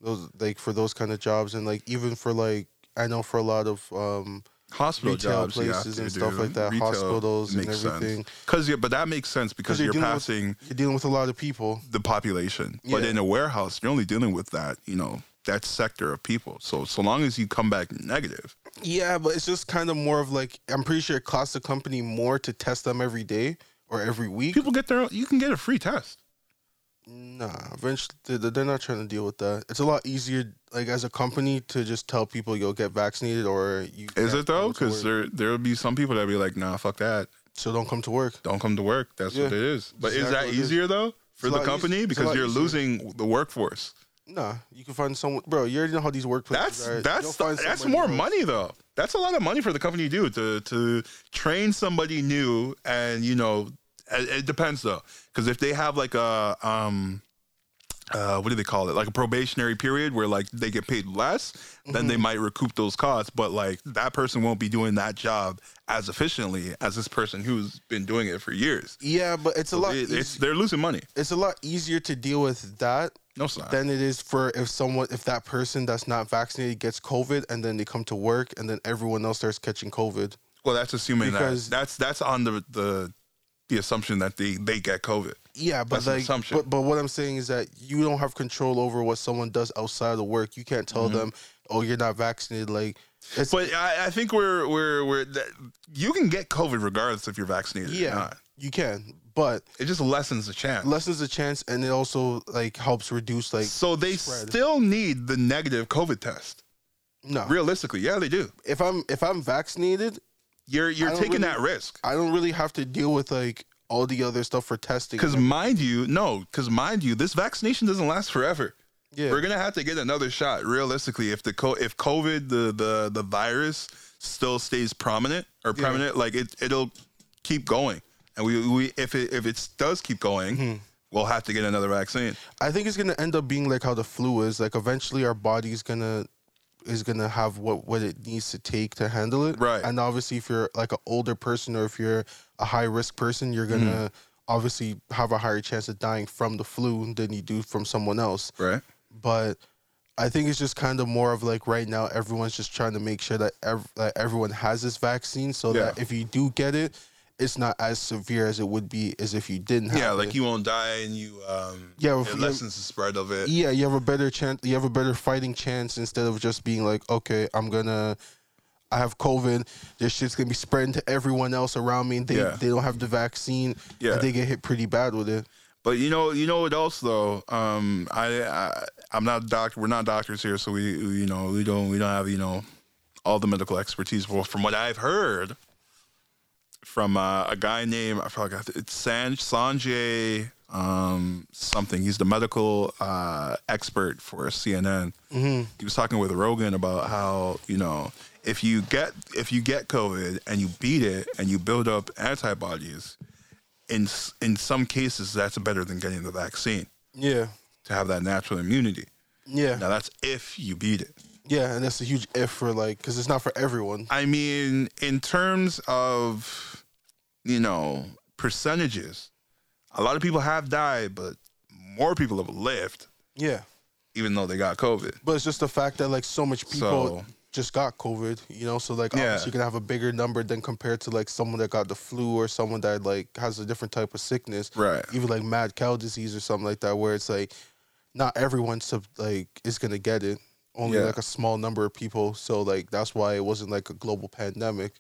those like for those kind of jobs and like even for like I know for a lot of um hospital Retail jobs you have places to and do. stuff like that, hospitals and makes everything. sense. Cause yeah, but that makes sense because you're you're dealing with- passing you're dealing with a lot of people. the population, but Yeah. in a warehouse, you're only dealing with that you know that sector of people. So so long as you come back negative, Yeah, but it's just kind of more of like I'm pretty sure it costs the company more to test them every day or every week. people get their own, you can get a free test. Nah, eventually they- they're not trying to deal with that. It's a lot easier, like as a company, to just tell people you'll get vaccinated or you. Is can't it though? come to Because work." there there'll be some people that be like, nah, fuck that, so don't come to work. don't come to work. That's Yeah. what it is. But is Exactly that what it is. easier though for It's a the lot company easier. It's a because lot you're easier. losing the workforce? Nah, you can find someone, bro. You already know how these workplaces That's are. You'll that's find that's somebody more who- money though. That's a lot of money for the company to do to to train somebody new and you know it, it depends though because if they have like a um uh, what do they call it? Like a probationary period where like they get paid less, then Mm-hmm. they might recoup those costs. But like that person won't be doing that job as efficiently as this person who's been doing it for years. Yeah, but it's a lot. It- it's eas- they're losing money. it's a lot easier to deal with that No, it's not. than it is for if someone if that person that's not vaccinated gets COVID and then they come to work and then everyone else starts catching COVID. well, that's assuming that because- that's that's on the the the assumption that they they get COVID. Yeah, but That's an like, assumption. but, but what I'm saying is that you don't have control over what someone does outside of the work. You can't tell them, oh, you're not vaccinated. Like, it's Mm-hmm. But I, I think we're we're we're that, you can get COVID regardless if you're vaccinated. Yeah, or yeah, not. you can, but it just lessens the chance. lessens the chance, and it also like helps reduce like so they spread. still need the negative COVID test. no. Realistically, yeah, they do. if I'm if I'm vaccinated, You're you're I don't taking really- that risk. I don't really have to deal with like all the other stuff for testing. Because mind you, no, because mind you, this vaccination doesn't last forever. yeah, We're gonna have to get another shot. Realistically, if the co- if COVID the the the virus still stays prominent or Yeah. permanent, like it it'll keep going. And we we if it if it does keep going, Mm-hmm. we'll have to get another vaccine. I think it's gonna end up being like how the flu is. Like eventually, our body's gonna is gonna have what what it needs to take to handle it. Right. And obviously, if you're like an older person or if you're a high risk person, you're gonna Mm-hmm. obviously have a higher chance of dying from the flu than you do from someone else. Right. But I think it's just kind of more of like right now, everyone's just trying to make sure that, ev- that everyone has this vaccine so that Yeah. if you do get it, it's not as severe as it would be as if you didn't have Yeah, it. like you won't die and you um Yeah, it if- lessens the spread of it. yeah you have a better chance you have a better fighting chance instead of just being like okay i'm gonna i have covid this shit's gonna be spreading to everyone else around me and they, Yeah. they don't have the vaccine Yeah. and they get hit pretty bad with it But you know, you know what else though? Um, I, I I'm not a doctor. We're not doctors here, so we, we, you know we don't we don't have you know all the medical expertise. Well, from what I've heard from uh, a guy named I forgot it's San, Sanjay um, something. He's the medical uh, expert for CNN. Mm-hmm. He was talking with Rogan about how you know if you get if you get COVID and you beat it and you build up antibodies in s- in some cases that's better than getting the vaccine yeah to have that natural immunity. yeah Now that's if you beat it. yeah and that's a huge if for like because it's not for everyone I mean, in terms of you know percentages, a lot of people have died, but more people have lived, yeah even though they got COVID. but it's just the fact that like so much people So- just got covid you know so like Yeah. obviously you can have a bigger number than compared to like someone that got the flu or someone that like has a different type of sickness Right. even like mad cow disease or something like that, where it's like not everyone sub- like is gonna get it. Only Yeah. like a small number of people. So like that's why it wasn't like a global pandemic.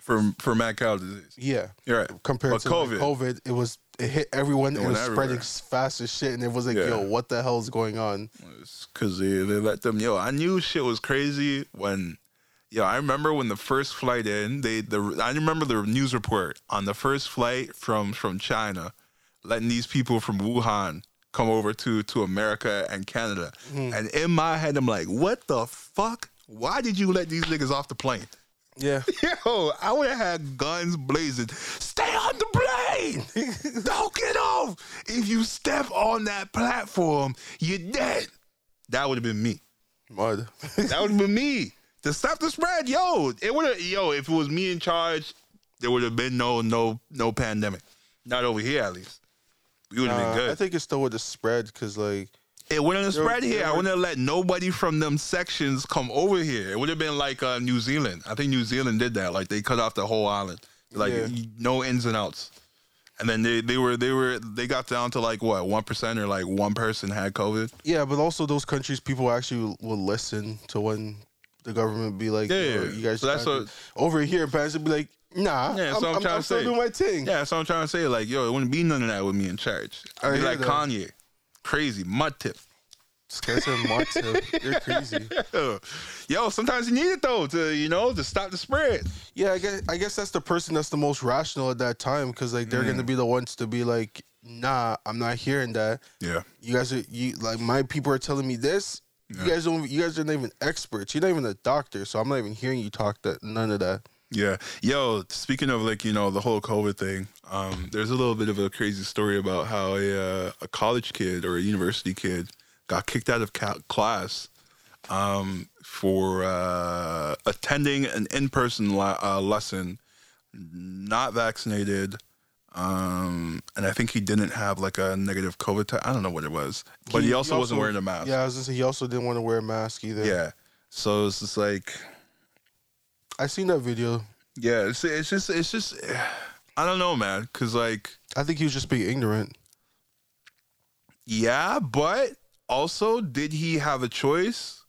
For for mad cow disease, Yeah. you're right. Compared But to like, COVID. it was it hit everyone. It, went was everywhere. spreading fast as shit, and it was like, Yeah. yo, what the hell is going on? because they, they let them. Yo, I knew shit was crazy when. Yo, I remember when the first flight in. They the I remember the news report on the first flight from from China, letting these people from Wuhan come over to to America and Canada. And in my head, I'm like, what the fuck? Why did you let these niggas off the plane? Yeah. Yo, I would have had guns blazing. Stay on the plane. Don't get off. If you step on that platform, you're dead. That would have been me. Mud. That would have been me. To stop the spread, yo, it would have yo, if it was me in charge, there would have been no no no pandemic. Not over here at least. We would have Uh, been good. I think it's still with the spread because like it wouldn't have there were- spread here. there I were- wouldn't have let nobody from them sections come over here. It would have been like uh, New Zealand. I think New Zealand did that. Like they cut off the whole island, like Yeah. y- no ins and outs. And then they, they were they were they got down to like what one percent or like one person had COVID. Yeah, but also those countries, people actually will listen to when the government be like, Yeah, you, know, yeah, you guys. so that's trying to- over here, parents would be like, nah, Yeah, I'm, that's what I'm I'm- trying I'm to still say. doing my thing. Yeah, that's what I'm trying to say. Like yo, it wouldn't be none of that with me in church. I I'd be hear like that. Kanye, crazy mud tip. This guy said, "Mark, Tim, you're crazy. yo, sometimes you need it though to you know to stop the spread. Yeah, I guess I guess that's the person that's the most rational at that time because like they're Mm. gonna be the ones to be like, nah, I'm not hearing that. Yeah, You guys are you like my people are telling me this. You guys don't. You guys are not even experts. You're not even a doctor, so I'm not even hearing you talk that none of that. Yeah. Yo, speaking of like, you know, the whole COVID thing, um, there's a little bit of a crazy story about how a, uh, a college kid or a university kid got kicked out of ca- class um, for uh, attending an in person la- uh, lesson, not vaccinated. Um, and I think he didn't have like a negative COVID test. I don't know what it was, but he, also wasn't wearing a mask. Yeah, I was gonna say he also didn't want to wear a mask either. yeah. So it's just like, I seen that video. yeah, it's, it's just, it's just, I don't know, man. Cause like, I think he was just being ignorant. Yeah, but also, did he have a choice?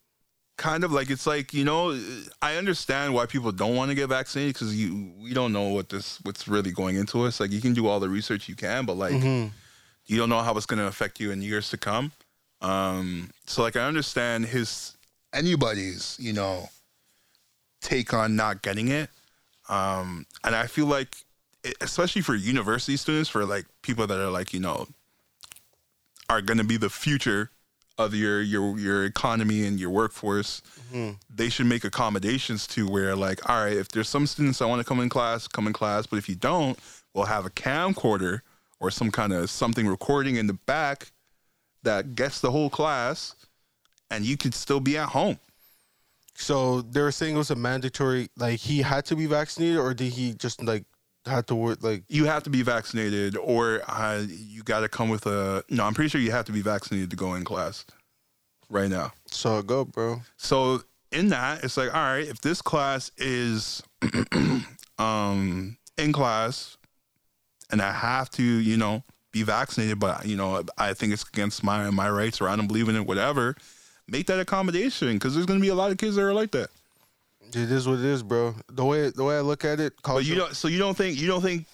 Kind of like it's like you know, I understand why people don't want to get vaccinated because you we don't know what this what's really going into us. Like you can do all the research you can, but like hmm you don't know how it's going to affect you in years to come. Um, so like I understand his anybody's you know take on not getting it, um, and I feel like e- especially for university students, for like people that are like you know are going to be the future of your your your economy and your workforce, they should make accommodations to where like all right, if there's some students that want to come in class, come in class, but if you don't, we'll have a camcorder or some kind of something recording in the back that gets the whole class and you could still be at home. So they were saying it was a mandatory. Like he had to be vaccinated, or did he just like had to work? Like You have to be vaccinated or uh, you got to come with a no, I'm pretty sure you have to be vaccinated to go in class right now. so go, bro. So in that, it's like, all right, if this class is um in class and I have to, you know, be vaccinated, but you know, I think it's against my my rights or I don't believe in it, whatever, make that accommodation because there's gonna be a lot of kids that are like that. It is what it is, bro. The way the way I look at it, But college you don't so you don't think you don't think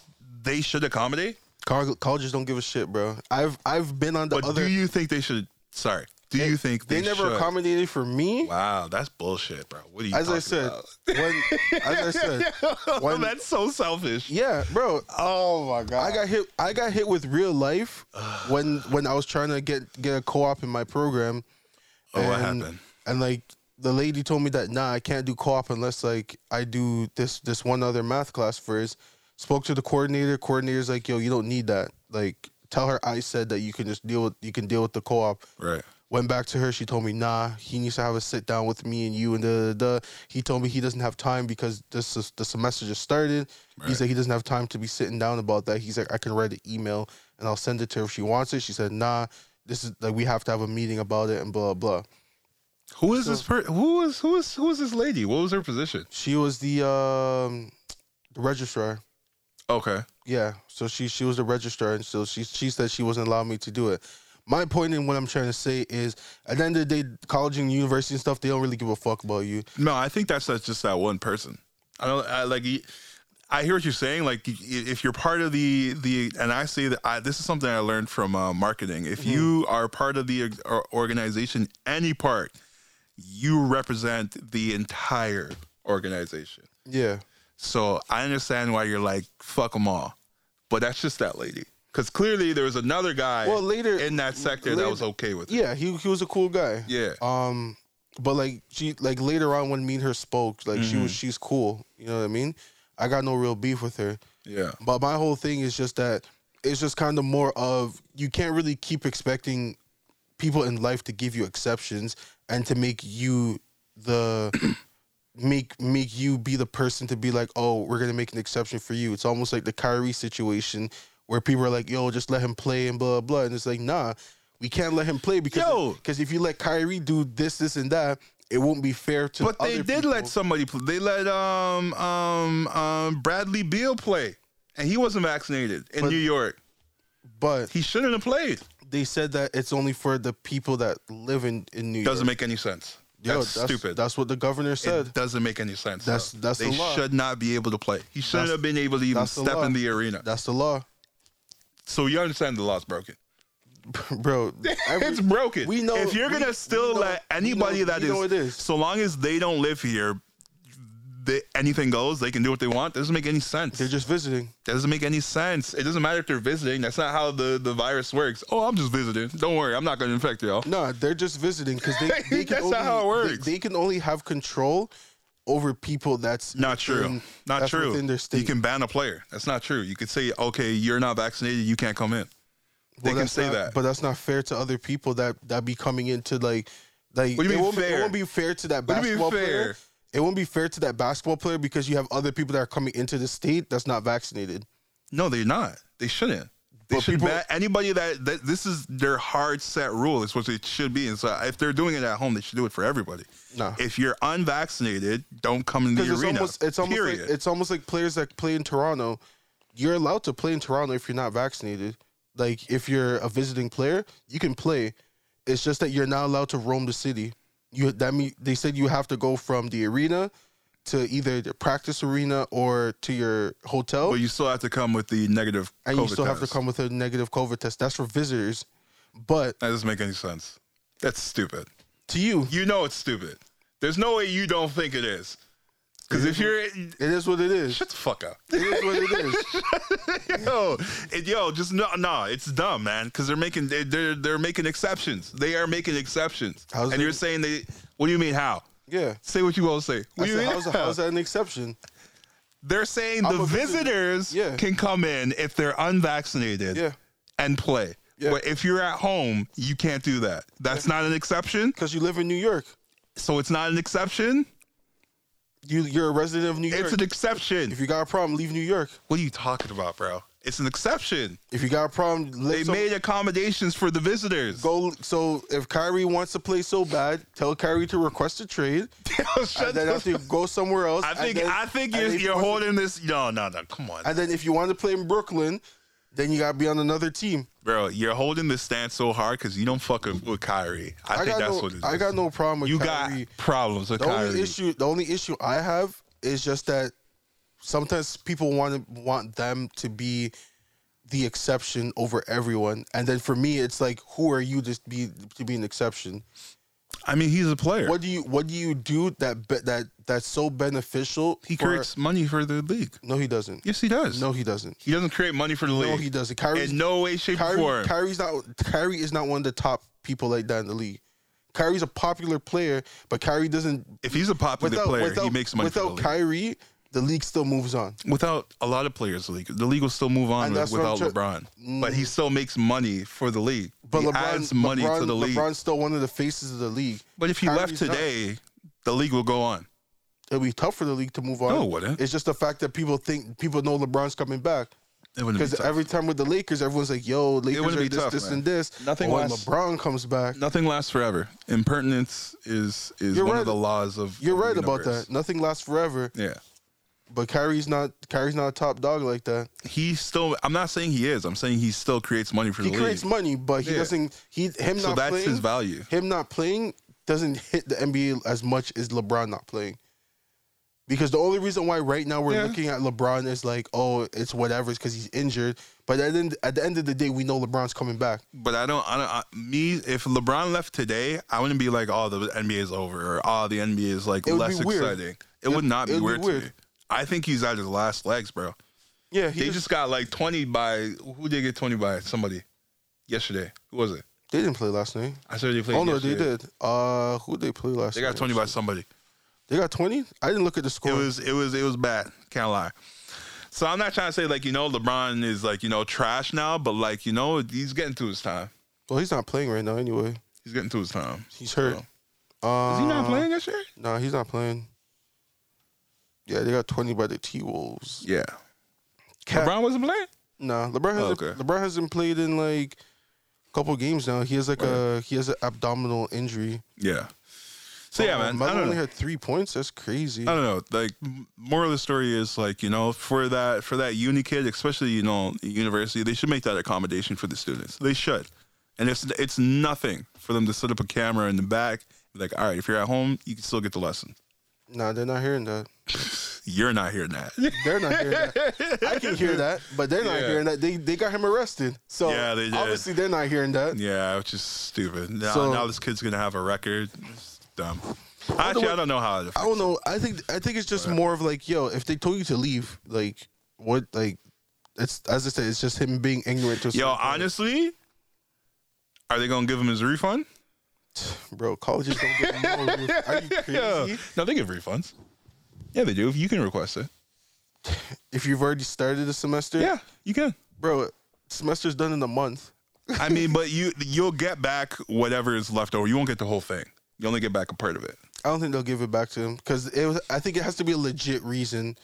they should accommodate? col- colleges don't give a shit, bro. I've I've been on the But other. do you think they should sorry. Do you think they, they, never should? accommodated for me. Wow, that's bullshit, bro. What are you As I talking said, when, as I said, about? when- that's so selfish. yeah, bro. Oh my god. I got hit. I got hit with real life when when I was trying to get get a co-op in my program. Oh, what and- happened? And like the lady told me that nah, I can't do co-op unless like I do this this one other math class first. Spoke to the coordinator. Coordinator's like, yo, you don't need that. Like, tell her I said that you can just deal with you can deal with the co-op. Right. Went back to her. She told me, nah, he needs to have a sit down with me and you and the the. He told me he doesn't have time because this is, the semester just started. He Right. said he doesn't have time to be sitting down about that. He's like, I can write an email and I'll send it to her if she wants it. She said, nah, this is like we have to have a meeting about it and blah blah. Who is this per- who is who is who is this lady? What was her position? She was the um the registrar. Okay. Yeah. So she she was the registrar and so she she said she wasn't allowing me to do it. My point in what I'm trying to say is at the end of the day, college and university and stuff, they don't really give a fuck about you. No, I think that's, that's just that one person. I don't I, like. y- I hear what you're saying. Like, y- if you're part of the the, and I say that I, this is something I learned from uh, marketing. If you are part of the or- organization, any part, you represent the entire organization. Yeah. So I understand why you're like fuck them all, but that's just that lady. Because clearly there was another guy Well later in that sector that later- was okay with it. Yeah, he he was a cool guy. Yeah. Um but like she like later on when me and her spoke, like she was she's cool. You know what I mean? I got no real beef with her. Yeah. But my whole thing is just that it's just kind of more of you can't really keep expecting people in life to give you exceptions and to make you the make make you be the person to be like, oh, we're gonna make an exception for you. It's almost like the Kyrie situation where people are like, yo, just let him play and blah blah, and it's like, nah, we can't let him play because Yo. because if you let Kyrie do this this and that, it won't be fair to. But they other did let people. somebody play. They let um um um Bradley Beal play, and he wasn't vaccinated in But- New York. But He shouldn't have played. they said that it's only for the people that live in in New York. Doesn't make any sense. Yo, that's, stupid. That's what the governor said. it doesn't make any sense. That's- though. that's the they law. should not be able to play. He shouldn't That's- have been able to even that's the step law. in the arena. That's the law, so you understand the law's broken. bro. every- it's broken. we know- if you're we- gonna still we know- let we anybody know- that we is, know it is. so long as they don't live here, they, anything goes. They can do what they want. Doesn't make any sense. They're just visiting. doesn't make any sense. It doesn't matter if they're visiting. That's not how the, the virus works. Oh, I'm just visiting. Don't worry, I'm not going to infect y'all. No, they're just visiting because they, they can That's only, not how it they- works. They, can only have control over people that's Not true. within- not that's true. within their You state. can ban a player. That's not true. You could say, okay, you're not vaccinated, you can't come in. They Well, can that's say not- that. but that's not fair to other people that that be coming into like like What do you it, mean won't Be, fair? it won't be fair to that What do you mean basketball fair? player. It won't be fair to that basketball player because you have other people that are coming into the state that's not vaccinated. No, they're not. They shouldn't. They But should people- ban anybody that, that this is their hard set rule. It's what it should be. And so if they're doing it at home, they should do it for everybody. No. If you're unvaccinated, don't come in the Because it's arena. almost it's almost period. like, it's almost like players that play in Toronto. You're allowed to play in Toronto if you're not vaccinated. Like if you're a visiting player, you can play. It's just that you're not allowed to roam the city. You that mean they said you have to go from the arena to either the practice arena or to your hotel, but you still have to come with the negative and COVID you still have to test. come with a negative COVID test. That's for visitors. But That doesn't make any sense. That's stupid. to you, You know it's stupid. There's no way you don't think it is. Because if you're it is what it is. shut the fuck up. It is what it is. yo, and yo, just no, no, it's dumb, man. Because they're making they- they're they're making exceptions. They are making exceptions. How's and it- you're saying they? What do you mean how? Yeah. Say what you all say. I What do you said, mean how's, how? how's that an exception? They're saying I'm the a visitor. visitors Yeah. can come in if they're unvaccinated Yeah. and play. Yeah. But if you're at home, you can't do that. That's not an exception. Because you live in New York. So it's not an exception. you you're a resident of New York. It's an exception. if you got a problem, leave New York. What are you talking about, bro? It's an exception. If you got a problem, let They some- made accommodations for the visitors. go. So if Kyrie wants to play so bad, tell Kyrie to request a trade, Shut and then the have to go somewhere else. I and think then- I think and you're, then if he you're wants to- holding this. No, no, no. Come on, and then if you want to play in Brooklyn, then you gotta be on another team. bro. You're holding this stance so hard because you don't fuck with, with Kyrie. I, I think got that's no. what it is. I got no problem with you Kyrie. got problems with the only Kyrie. issue. The only issue I have is just that sometimes people want to want them to be the exception over everyone, and then for me, it's like, who are you to be to be an exception? I mean, he's a player. What do you What do you do that be, that that's so beneficial? he for- creates money for the league. No, he doesn't. Yes, he does. No, he doesn't. he doesn't create money for the league No, he doesn't. Kyrie's, in no way, shape, or Kyrie, form. Kyrie's not. Kyrie is not one of the top people like that in the league. Kyrie's a popular player, but Kyrie doesn't. if he's a popular Without player, without, he makes money without for the league. Kyrie, the league still moves on. without a lot of players, the league, the league will still move on And with, that's what I'm without LeBron. trying- But he still makes money for the league. But he LeBron adds money LeBron, to the league. LeBron's still one of the faces of the league. but if he left Kyrie's not. today, the league will go on. It'll be tough for the league to move on. No, it wouldn't. It's just the fact that people think people know LeBron's coming back. It wouldn't be Because tough. every time with the Lakers, everyone's like, "Yo, Lakers wouldn't are be this, tough, this, man. and this." Nothing But when lasts- LeBron comes back, Nothing lasts forever. Impertinence is is You're one of right. the laws of. you're of the right about universe. that. Nothing lasts forever. Yeah, But Kyrie's not Kyrie's not a top dog like that. he still. I'm not saying he is. I'm saying he still creates money for He the creates league. money, but he Yeah. doesn't. He him So not that's playing, his value. Him not playing doesn't hit the NBA as much as LeBron not playing. Because the only reason why right now we're Yeah. looking at LeBron is like, oh, it's whatever, it's because he's injured. But at the, end, at the end of the day, we know LeBron's coming back. But I don't. I don't. I, me, if LeBron left today, I wouldn't be like, "Oh, the NBA is over," or "Oh, the NBA is like It would less be weird. exciting." It would not be it'd be weird, weird. to me. I think he's at his last legs, bro. Yeah, he they just, just got like 20 by who did they get 20 by? Somebody yesterday. Who was it? they didn't play last night. I said they played. Oh no, yesterday. they did. Uh, who they play last? They got night? 20 by somebody. They got twenty. I didn't look at the score. It was it was it was bad. Can't lie. So I'm not trying to say like you know LeBron is like you know trash now, but like you know he's getting to his time. well, he's not playing right now anyway. He's getting to his time. He's hurt. Is he Uh, not playing this year? No, he's not playing. Yeah, they got twenty by the T Wolves. Yeah. Cap- LeBron wasn't playing. Nah, LeBron hasn't. Oh, Okay. LeBron hasn't played in like a couple games now. He has like a he has an abdominal injury. Yeah. So yeah, Um, man. Melo I don't only know. Uh, had three points. That's crazy. I don't know. Like, m- moral of the story is like you know for that for that uni kid, especially you know university, they should make that accommodation for the students. They should, and it's it's nothing for them to set up a camera in the back. Like, all right, if you're at home, you can still get the lesson. Nah, they're not hearing that. You're not hearing that. They're not hearing that. I can hear that, but they're not Yeah. hearing that. They they got him arrested. So Yeah, they did. obviously they're not hearing that. Yeah, which is stupid. Now, So- now this kid's gonna have a record. It's dumb. Actually, I don't know how. It I affects. don't know. I think I think it's just more of like, yo, if they told you to leave, like what, like it's as I said, it's just him being ignorant to. a Yo, certain point. honestly, are they gonna give him his refund? bro, colleges don't get Uh, no. roof. Are you crazy? No, they give refunds. Yeah, they do. You can request it. If you've already started the semester, Yeah, you can. bro, semester's done in a month. I mean, but you you'll get back whatever is left over. You won't get the whole thing. You only get back a part of it. I don't think they'll give it back to him because it was. I think it has to be a legit reason.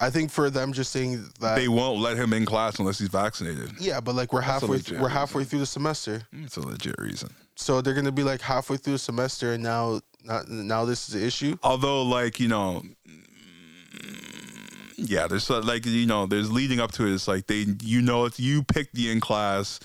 I think for them just saying that. They won't let him in class unless he's vaccinated. yeah, but like we're That's a halfway. legit we're halfway through the semester, It's a legit reason. so they're gonna be like halfway through the semester, and now, not, now this is the issue. Although, like you know, mm, yeah, there's so- like you know, there's leading up to it. It's like they, you know, it's you picked the in class.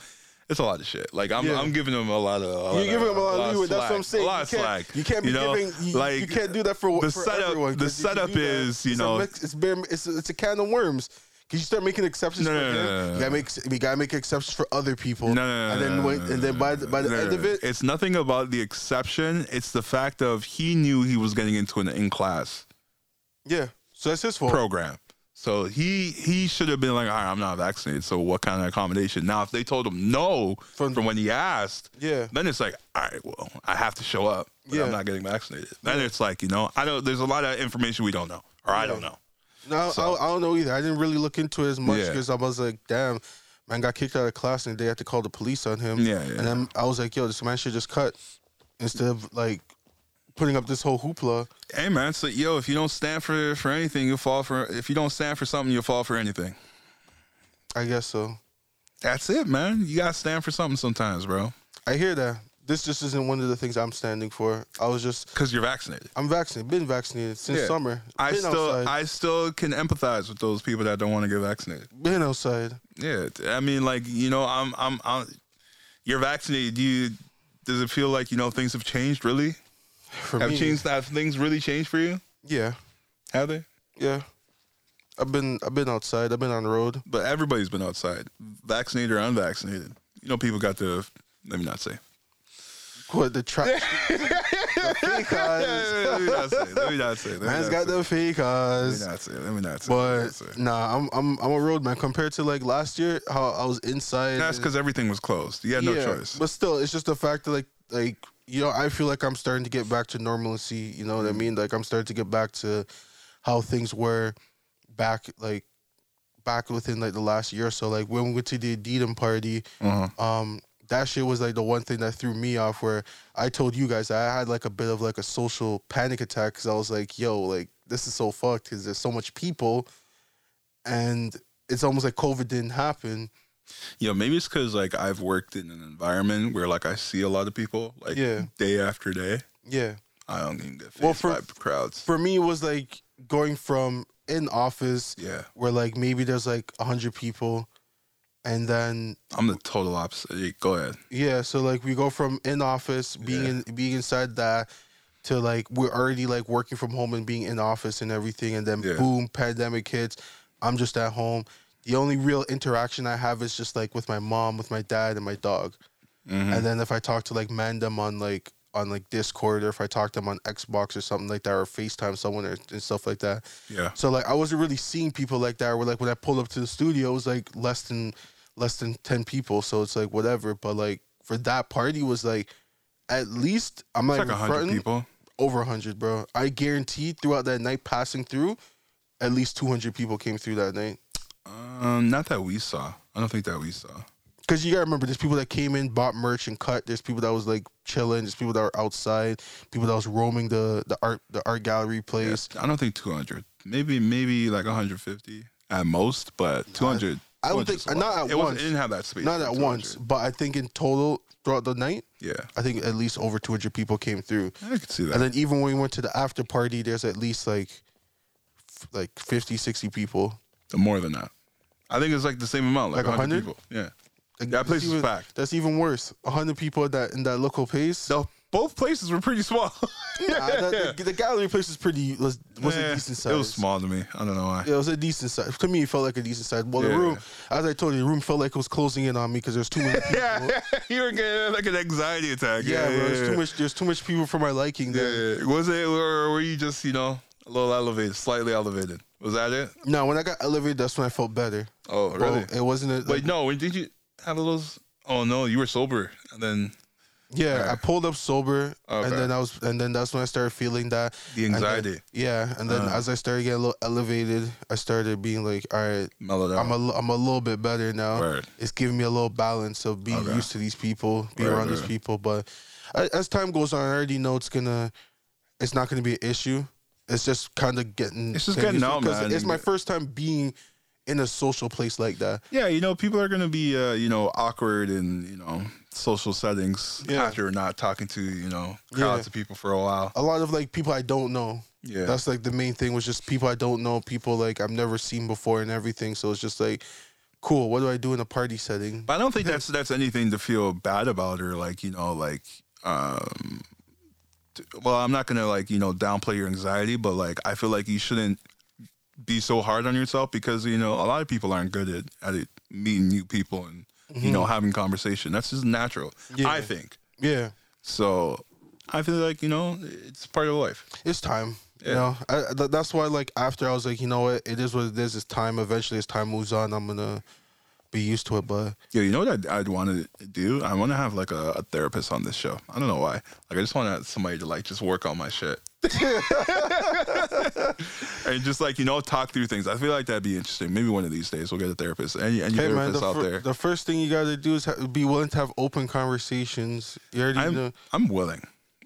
It's a lot of shit. Like I'm, Yeah. I'm giving them a lot of. A lot You're giving them a lot of leeway. That's what I'm slack. saying. A lot of you can't, slack. You can't be know? giving. You, like, you can't do that for the for setup- Everyone, the 'cause if you setup do that, is, you it's a know- mix- it's, bare- it's it's a can of worms. Cause you start making exceptions No, for no, him, no, no, no, you gotta make we gotta make exceptions for other people. No, no, no, and no, then no, wait, no, and then by the, by the no, no, end of no. it, it's nothing about the exception. It's the fact of he knew he was getting into an in class yeah. So that's his fault. program. So he he should have been like, all right, I'm not vaccinated. So what kind of accommodation? Now, if they told him no From- from, when he asked, Yeah. then it's like, all right, well, I have to show up. But Yeah. I'm not getting vaccinated. Then it's like, you know, I don't. There's a lot of information we don't know, or I don't Yeah. know. No, So- I, I don't know either. I didn't really look into it as much Yeah. because I was like, damn, man got kicked out of class and they had to call the police on him. Yeah, yeah. And then I was like, yo, this man should just cut instead of like putting up this whole hoopla. Hey man, so yo, if you don't stand for for anything, you fall for. If you don't stand for something, you will fall for anything. I guess so. That's it, man. You gotta stand for something sometimes, bro. I hear that. This just isn't one of the things I'm standing for. I was just, Because you're vaccinated. I'm vaccinated, been vaccinated since Yeah. summer. I been still outside. I still can empathize with those people that don't want to get vaccinated. been outside. Yeah, I mean, like you know, I'm I'm, I'm you're vaccinated. Do you does it feel like you know things have changed really? For Have me, changed? Have things really changed for you? yeah, Have they? yeah. I've been, I've been outside. I've been on the road. But everybody's been outside, vaccinated or unvaccinated. You know, people got the let me not say. What the trap? fake eyes. let me not say. Let me not say. Let me Man's not got say. the fake Let eyes. me not say. Let me not say. let me not But say. nah, I'm I'm I'm a road man compared to like last year how I was inside. that's because everything was closed. You had no Yeah, choice. But still, it's just the fact that like like you know I feel like I'm starting to get back to normalcy. You know what I Mm. mean? Like I'm starting to get back to how things were back like back within like the last year or so. Like when we went to the Adidas party, Uh-huh. um that shit was like the one thing that threw me off where i told you guys i had like a bit of like a social panic attack because i was like yo like this is so fucked because there's so much people and it's almost like covid didn't happen you know, maybe it's because like I've worked in an environment where like I see a lot of people like Yeah. day after day. yeah I don't even get faced Well, for- by crowds. for me it was like going from in office Yeah, where like maybe there's like 100 people and then I'm the total opposite. Yeah, Go ahead. yeah so like we go from in office being in, being inside that to like we're already like working from home and being in office and everything and then Yeah. boom pandemic hits i'm just at home the only real interaction i have is just like with my mom with my dad and my dog Mhm. and then if i talk to like mandem on like on like discord or if i talk to them on xbox or something like that or facetime someone or and stuff like that Yeah, so like I wasn't really seeing people like that. Where like when I pulled up to the studio, it was like less than less than ten people. So it's like whatever. But like for that party was like at least I'm it's not like even hundred fronting, people. over hundred, bro. I guarantee throughout that night passing through, at least two hundred people came through that night. Um, not that we saw. I don't think that we saw. Cause you gotta remember, there's people that came in, bought merch and cut. There's people that was like chilling. There's people that were outside. People that was roaming the the art the art gallery Yeah, place. I don't think 200. Maybe maybe like 150 at most, but 200. I 200 don't think- is a lot. not at it wasn't- once. It didn't have that space. Not for at 200. once, but I think in total throughout the night, Yeah, I think at least over 200 people came through. I could see that. And then even when we went to the after party, there's at least like f- like 50, 60 people. More than that. I think it's like the same amount, like, Like 100 100? people. Yeah. Like, That place that's is even, packed. That's even worse. 100 people at that in that local place. The, both places were pretty small. Nah, the, the, the gallery place was pretty was, was Eh, a decent size. It was small to me. I don't know why. Yeah, it was a decent size. To me, it felt like a decent size. Well, the Yeah. room, as I told you, the room felt like it was closing in on me because there's too many people. yeah, Yeah, you were getting like an anxiety attack. bro. There's too much. There's too much people for my liking. Yeah, There. yeah, yeah. Was it, or were you just, you know, a little elevated, slightly elevated? Was that it? No, when I got elevated, that's when I felt better. Oh, Well, really? it wasn't. A, Wait, no. When did you have a little? s- Oh no, you were sober, and then Yeah, I pulled up sober, Okay. and then I was, and then that's when I started feeling that The And then- anxiety yeah, and then Uh. as I started getting a little elevated, I started being like, all right, mellowed out. I'm a, li- I'm a little bit better now. Word. It's giving me a little balance of being Okay. used to these people, being Right, around these right. people. But a- as time goes on, I already know it's gonna, it's not gonna be an issue. It's just kind of getting. It's just getting getting used to it, out, 'cause man, It's and my get- first time being in a social place like that. Yeah, you know, people are gonna be uh, you know awkward in you know social settings Yeah. after not talking to you know Yeah. crowds of people for a while. A lot of like people I don't know. Yeah, That's like the main thing was just people I don't know, people like I've never seen before and everything. So it's just like, cool. What do I do in a party setting? but I don't think that's that's anything to feel bad about or like you know like um t- well I'm not gonna like you know downplay your anxiety, but like I feel like you shouldn't be so hard on yourself because you know a lot of people aren't good at at it, meeting new people and you know having conversation. That's just natural, Yeah. I think. Yeah, So I feel like you know it's part of life. it's time. You Yeah. know, I, I- th- that's why like after I was like, you know what, it is what it is. It's time. Eventually, as time moves on, I'm gonna be used to it. But Yeah, you know what I'd, I'd want to do? I want to have like a, a therapist on this show. I don't know why. Like, I just want somebody to like just work on my shit and just like you know talk through things. I feel like that'd be interesting. Maybe one of these days we'll get a therapist. Any any hey, man, therapist the, out fir- there? the first thing you gotta do is ha- be willing to have open conversations. You already know. I'm I'm willing.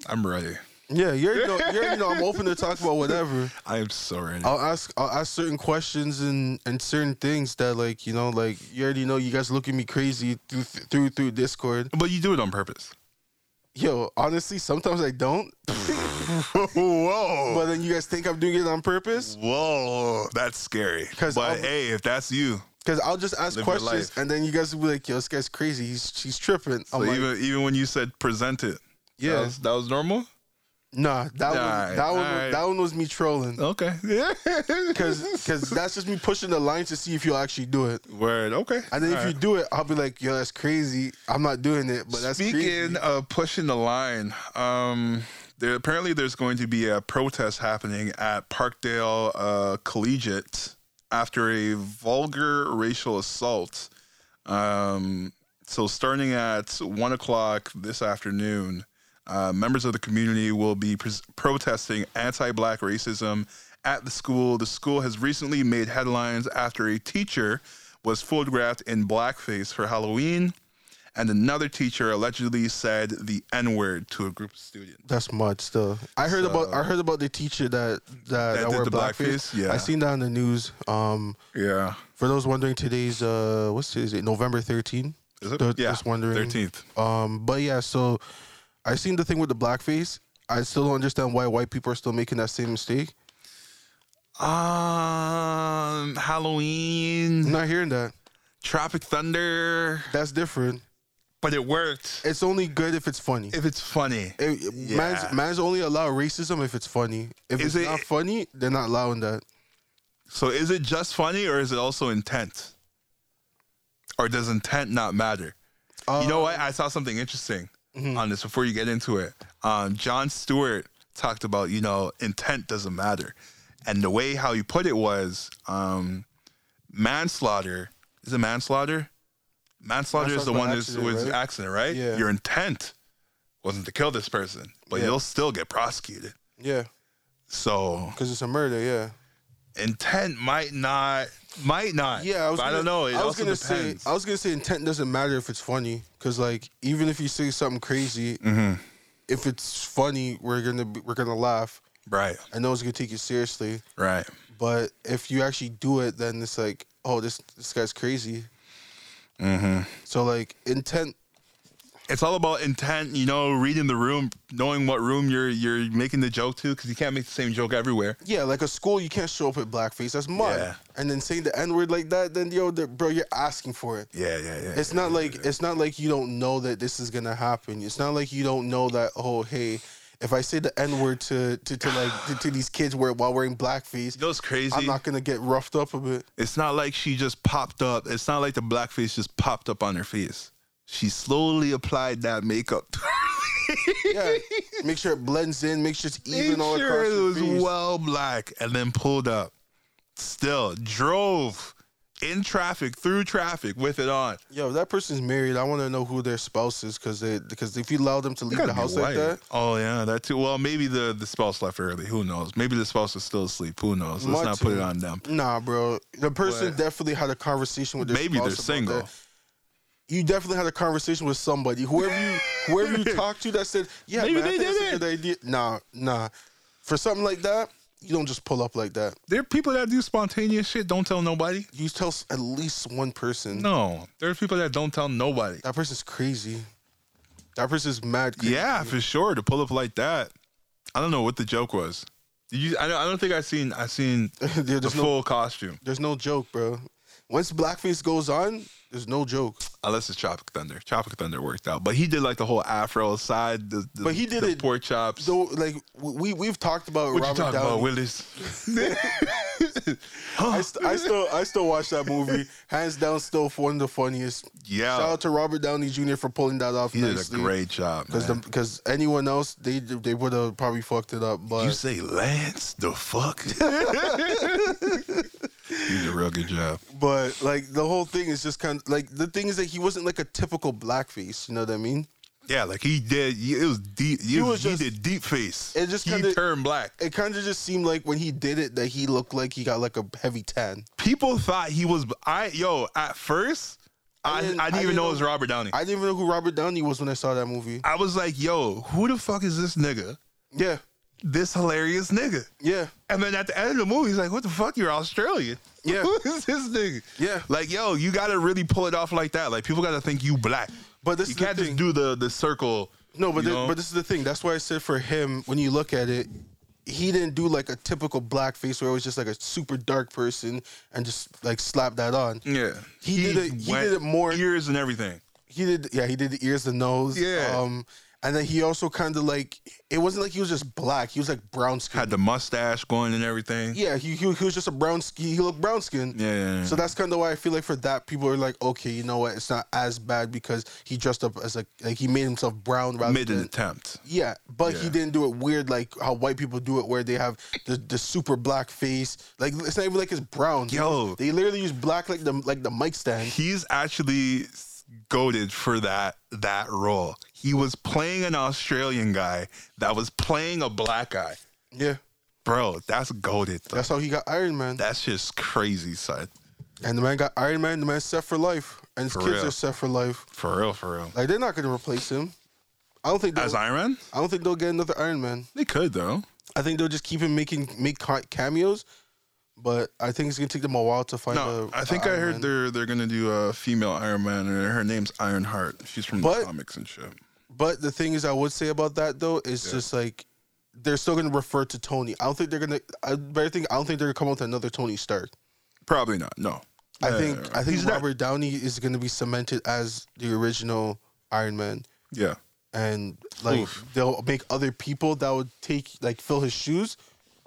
I'm ready. Yeah, you already know. You already know. I'm open to talk about whatever. I am so ready. I'll ask I'll ask certain questions and and certain things that like you know like you already know you guys look at me crazy through through through Discord. but you do it on purpose. Yo, honestly, sometimes I don't, Whoa. but then you guys think I'm doing it on Mm. purpose Whoa, that's scary. 'Cause But I'll- hey, if that's you, because I'll just Live ask your questions life. and then you guys will be like, "Yo, this guy's crazy. He's she's tripping." I'm so like, even even when you said present it, that "Yeah, was, that was normal. nah, that one, Alright, that one, alright. Uh. that one was me trolling." Okay, Cause, cause that's just me pushing the line to see if you'll actually do it. Word. Okay. And then if All you right. do it, I'll be like, "Yo, that's crazy. I'm not doing it." But that's speaking crazy. of pushing the line, um, there apparently there's going to be a protest happening at Parkdale uh, Collegiate after a vulgar racial assault. Um, so starting at one o'clock this afternoon, uh, members of the community will be pres protesting anti-black racism at the school. The school has recently made headlines after a teacher was photographed in blackface for Halloween, and another teacher allegedly said the N-word to a group of students. That's mud still. I heard about I heard about the teacher that that, did that wore the blackface. blackface? Yeah. I seen that on the news. Um, Yeah, for those wondering, today's uh, what's today? Is it November 13? is it? Th- yeah, just wondering. Thirteenth. Um, but yeah, so I seen the thing with the blackface. I still don't understand why white people are still making that same mistake. Um, Halloween, I'm not hearing that. Tropic Thunder, That's different. but it worked. It's only good if it's funny. If it's funny, It- it- man's, Yeah. man's only allowed racism if it's funny. If Is it's it- not funny, they're not allowing that. So is it just funny or is it also intent? Or does intent not matter? Uh, you know what? I saw something interesting Mm-hmm. on this before you get into it. Um, John Stewart talked about, you know, intent doesn't matter. And the way how he put it was um, manslaughter. Is it manslaughter? Manslaughter is the Manslaughter by one that's accident, with right? accident, right? Yeah. Your intent wasn't to kill this person, but Yeah. you'll still get prosecuted. Um, Yeah, So because it's a murder. Yeah. intent might not might not. Yeah, I was. But Gonna, I don't know. It I was also gonna depends. say. I was gonna say intent doesn't matter if it's funny, because like even if you say something crazy, Mm-hmm. if it's funny, we're gonna be, we're gonna laugh, right, and no one's gonna take you seriously. right. But if you actually do it, then it's like, oh, this this guy's crazy. Mm-hmm. So like intent. It's all about intent. You know, reading the room, knowing what room you're you're making the joke to, because you can't make the same joke everywhere. Yeah, like a school, you can't show up at blackface. That's mud. Yeah. And then saying the n word like that, then yo, the- bro, you're asking for it. Yeah, yeah, yeah. It's not like it's not like you don't know that this is gonna happen. It's not like you don't know that oh hey, if I say the n word to, to to like to, to these kids wear, while wearing blackface, you know, it's crazy. I'm not gonna get roughed up a bit. it's not like she just popped up. It's not like the blackface just popped up on her face. She slowly applied that makeup. to her Yeah, make sure it blends in, make sure it's even all Made across sure your it was face. well black, and then pulled up. Still drove, in traffic, through traffic, with it on. Yo, if that person's married, I want to know who their spouse is because they because if you allow them to leave the house like that, Oh yeah, that too. Well, maybe the the spouse left early. Who knows? Maybe the spouse is still asleep. Who knows? Let's Might not put too. it on them. nah, bro. The person But- definitely had a conversation with their Maybe they're spouse about single. that. You definitely had a conversation with somebody, whoever you whoever you talked to that said, yeah, Maybe man, I they think that's did a good idea. Nah, nah. For something like that, you don't just pull up like that. There are people that do spontaneous shit. Don't tell nobody. You tell s- at least one person. No, there's people that don't tell nobody. That person's crazy. That person's mad. Crazy. Yeah, for sure. To pull up like that, I don't know what the joke was. Did you, I don't, I don't think I seen I seen There- the there's no full costume There's no joke, bro. Once blackface goes on, there's no joke. unless it's Tropic Thunder. Tropic Thunder worked out, but he did like the whole afro side. The, the, But he did the it- pork chops. So like we we've talked about what you Robert talking Downey. about, Willis? I, st- I still I still watch that movie. Hands down, still one of the funniest. Yeah. Shout out to Robert Downey Jr. for pulling that off. He did a nicely. great job. Because man. because anyone else they they would have probably fucked it up. But you say Lance the fuck? he did a real good job. but like the whole thing is just kind of like the thing is that he wasn't like a typical blackface. You know what I mean? Yeah, like he did. It was deep. He, was he just- did deep face. it just he kinda- turned black. It kind of just seemed like when he did it that he looked like he got like a heavy tan. people thought he was I yo at first I I didn't, didn't- I even didn't know it know- was Robert Downey. I, I didn't even know who Robert Downey was when I saw that movie. was like, yo, who the fuck is this nigga? Yeah, This hilarious nigga. yeah, And then at the end of the movie, he's like, what the fuck? You're Australian. Yeah. Who is this nigga? Yeah. Like, yo, you gotta really pull it off like that. Like people gotta think you black. but this You is the can't just thing. do the the circle. no, but you thi- know? but this is the thing. That's why I said for him, when you look at it, he didn't do like a typical blackface where it was just like a super dark person and just like slap that on. yeah. he did it- he went did it more- ears and everything. He did, yeah, he did the ears, the nose, Yeah. Um, and then he also kind of like it wasn't like he was just black. He was like brown skin. Had the mustache going and everything. yeah, he, he he was just a brown skin. He looked brown skin. Yeah, yeah, yeah. So that's kind of why I feel like for that, people are like, okay, you know what? It's not as bad because he dressed up as like, like he made himself brown rather Made an than attempt. yeah, but Yeah. he didn't do it weird like how white people do it, where they have the, the super black face. Like it's not even like it's brown. Yo. they literally use black like the like the mic stand. he's actually goaded for that that role. He was playing an Australian guy that was playing a black guy. Yeah, Bro, that's goaded. that's how he got Iron Man, That's just crazy, son. and the man got Iron Man. The man's set for life, and his For kids real. are set for life. For real, for real. Like they're not gonna replace him. I don't think they'll, As Iron Man, I don't think they'll get another Iron Man. they could though. I think they'll just keep him making make ca- cameos, but I think it's gonna take them a while to find. No, a- I think a I Iron heard Man. they're they're gonna do a female Iron Man, and her name's Ironheart. She's from the But- comics and shit. But the thing is, I would say about that though is just like they're still gonna refer to Tony. I don't think they're gonna. I better think I don't think they're gonna come up with another Tony Stark. Probably not. No, I Yeah, think I think he's not- Robert Downey is gonna be cemented as the original Iron Man, Yeah, and like Oof. they'll make other people that would take like fill his shoes.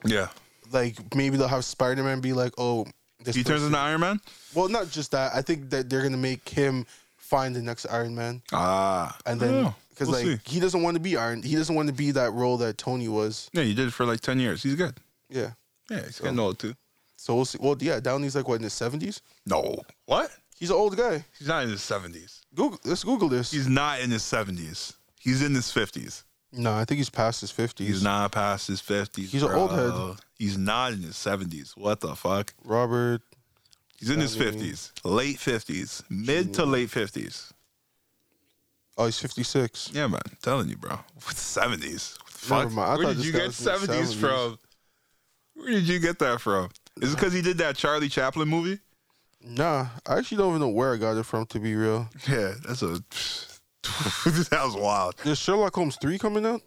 yeah. Like maybe they'll have Spider Man be like, oh, this He turns person- into Iron Man. Well, not just that. I think that they're gonna make him find the next Iron Man, Ah, and I don't then know. because We'll see. like he doesn't want to be Iron. He doesn't want to be that role that Tony was. yeah, you did it for like ten years. He's good. Yeah. Yeah, he's getting old too. So we'll see. Well, yeah, Downey's like what in his seventies. No, what? He's an old guy. He's not in his seventies. Google. Let's Google this. He's not in his seventies. He's in his fifties. no, I think he's past his fifties. He's not past his fifties. He's an old head. He's not in his seventies. What the fuck? Robert. He's in his Downey. fifties, late fifties, mid to late fifties. Oh, he's fifty six. Yeah, man, I'm telling you, bro. Seventies. Never Fuck. mind. I Where thought did this you guy get was in the seventies 70s. from? Where did you get that from? Is it because he did that Charlie Chaplin movie? Nah, I actually don't even know where I got it from. To be real, Yeah, that's a. that was wild. there's Sherlock Holmes three coming out.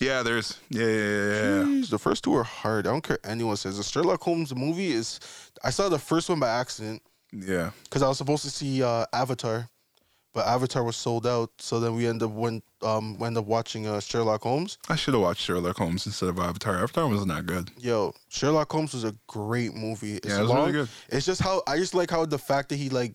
Yeah, there's. Yeah, yeah, yeah. yeah. Jeez, the first two are hard. I don't care what anyone says. The Sherlock Holmes movie is. I saw the first one by accident yeah. because I was supposed to see uh, Avatar, but Avatar was sold out. So then we end up when um we end up watching uh, Sherlock Holmes. I should have watched Sherlock Holmes instead of Avatar. Avatar was not good. Yo, Sherlock Holmes was a great movie. It's Yeah, it was really good. It's just how I just like how the fact that he like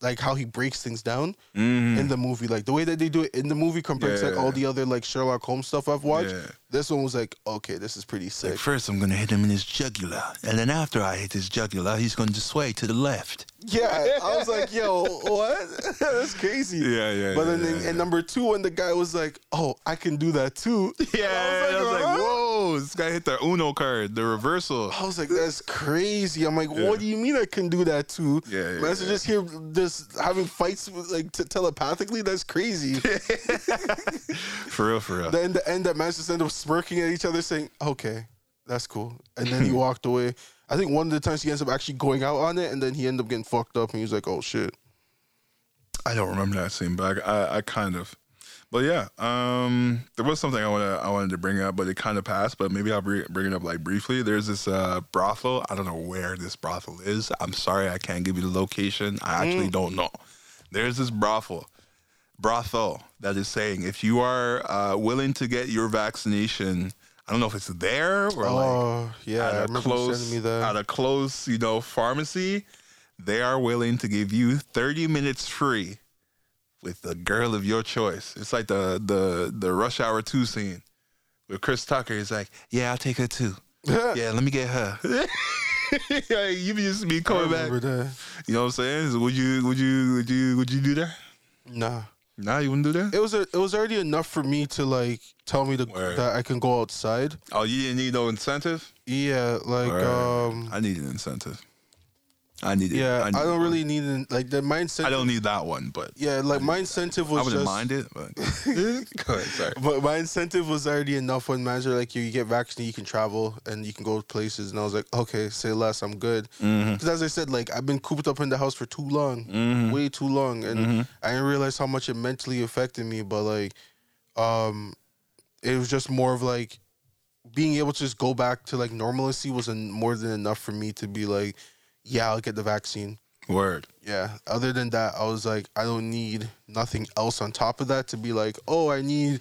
like how he breaks things down Mm-hmm. in the movie, like the way that they do it in the movie compared to like, all Hmm. Yeah. the other like Sherlock Holmes stuff I've watched. Yeah. This one was like, okay, this is pretty sick. first, I'm gonna hit him in his jugular, and then after I hit his jugular, he's going to sway to the left. Yeah, I was like, yo, what? That's crazy. Yeah, yeah. But yeah, then, yeah, and yeah. number two, when the guy was like, "Oh, I can do that too," yeah, I was like, I was like, "Huh?" whoa, this guy hit the Uno card, the reversal. I was like, "That's crazy." I'm like, Yeah. "What do you mean I can do that too?" Yeah, yeah, Man, so yeah. just here, just having fights with, like t- telepathically. That's crazy. For real, for real. then the end, that man just ended up smirking at each other, saying, "Okay, that's cool," and then he walked away. I think one of the times he ends up actually going out on it, and then he ended up getting fucked up, and he was like, "Oh shit." I don't remember that scene, but I, I, I kind of. But yeah, um, there was something I wanna I wanted to bring up, but it kind of passed. But maybe I'll br- bring it up like briefly. There's this uh, brothel. I don't know where this brothel is. I'm sorry, I can't give you the location. I actually don't know. There's this brothel, brothel that is saying if you are uh, willing to get your vaccination, I don't know if it's there or like Oh yeah, I at a remember you close sending me that. at a close, you know, pharmacy, they are willing to give you 30 minutes free with the girl of your choice. It's like the the the rush hour 2 scene with Chris Tucker. He's like, "Yeah, I'll take her too. Yeah, let me get her." yeah, you just be I coming back. remember that. You know what I'm saying? Would you would you would you would you do that? Nah. Nah, you wouldn't do that? it was a, it was already enough for me to like tell me to, Word. that I can go outside. Oh, you didn't need no incentive? Yeah, like Word. um, I need an incentive. I need it. yeah, I, need don't one. really need an, like that my incentive. I don't need that one, but yeah, like my incentive was I wouldn't just, mind it, but go ahead, sorry. But my incentive was already enough when manager like you, you get vaccinated, you can travel and you can go places. And I was like, okay, say less, I'm good. Mm-hmm. Because as I said, like I've been cooped up in the house for too long, way too long, Mm-hmm. and I didn't realize how much it mentally affected me. But like, um, it was just more of like being able to just go back to like normalcy was en- more than enough for me to be like, yeah, I'll get the vaccine. Word. Yeah. Other than that, I was like, I don't need nothing else on top of that to be like, oh, I need,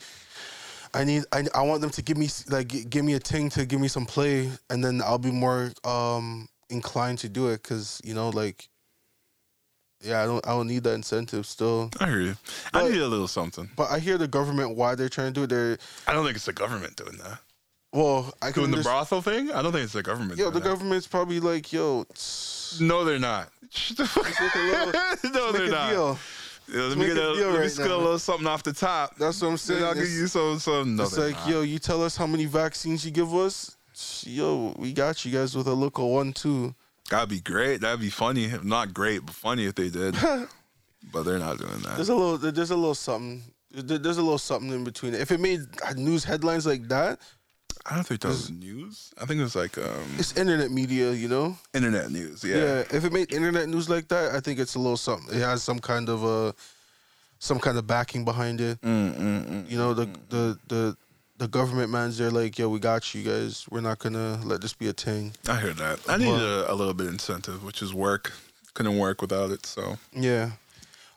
I need, I, I want them to give me s- like gi- give me a ting to give me some play, and then I'll be more um inclined to do it because you know like, yeah, I don't I don't need that incentive still. I hear you. I But- need a little something. But I hear the government why they're trying to do it. They're I don't think it's the government doing that. well, I can Doing the understand. brothel thing? I don't think it's the government. Yo, doing the that. government's probably like, yo, tss, No, they're not. Shut the fuck make a little- up. no, let's they're make a not. deal. Yeah, let Let's me make get a a, deal let me right scoot now. a little something off the top. That's what I'm saying. Then I'll give It's- you some some. No, it's they're like, not. yo, you tell us how many vaccines you give us. Yo, we got you guys with a local one too. that'd be great. That'd be funny. If Not great, but funny if they did. but they're not doing that. There's a little, there's a little something. there- There's a little something in between. If it made news headlines like that, I don't think that was news. I think it was like um, it's internet media, you know. internet news. Yeah. yeah. If it made internet news like that, I think it's a little something. It has some kind of uh, some kind of backing behind it. Mm, mm, mm. You know, the the the the government man's there like, yo, we got you guys. We're not gonna let this be a thing. I hear that. I need a, a little bit of incentive, which is work. Couldn't work without it, so. Yeah.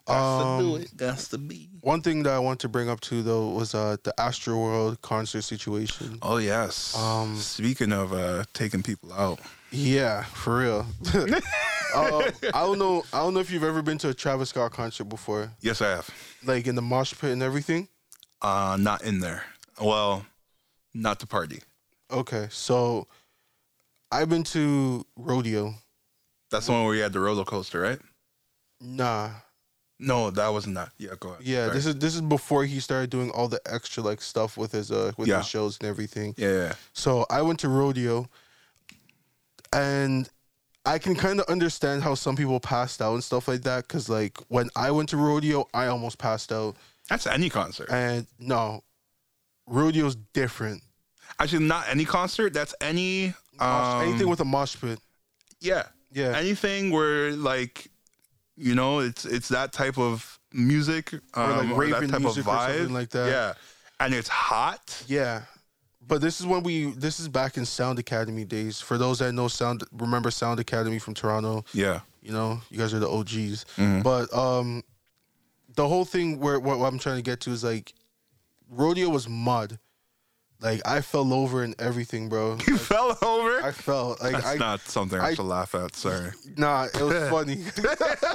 Um, it. That's to be. One thing that I want to bring up too, though, was uh, the Astro World concert situation. Oh yes. Um, Speaking of uh, taking people out, Yeah, for real. um, I don't know. I don't know if you've ever been to a Travis Scott concert before, yes, I have. like in the mosh pit and everything. Uh, not in there. Well, not the party. Okay, so I've been to rodeo. That's the one where you had the roller coaster, right? Nah, No, that wasn't that. Yeah, go ahead. yeah, this is this is before he started doing all the extra like stuff with his uh with Yeah. his shows and everything. Yeah, yeah. So I went to rodeo, and I can kind of understand how some people passed out and stuff like that. Cause like when I went to rodeo, I almost passed out. That's any concert. And no, rodeo's different. Actually, not any concert. That's any. Mosh- Um, Anything with a mosh pit, Yeah. yeah, Anything where like, you know, it's it's that type of music um, like, or that raving type music of or vibe, something like that. Yeah, and it's hot. yeah. But this is when we. This is back in Sound Academy days. For those that know Sound, remember Sound Academy from Toronto. Yeah. you know you guys are the og's Mhm. but um the whole thing where what, what i'm trying to get to is like rodeo was mud Like I fell over and everything, bro. You fell over. I fell like That's I not something I, I- should laugh at. Sorry. nah. It was funny. I'm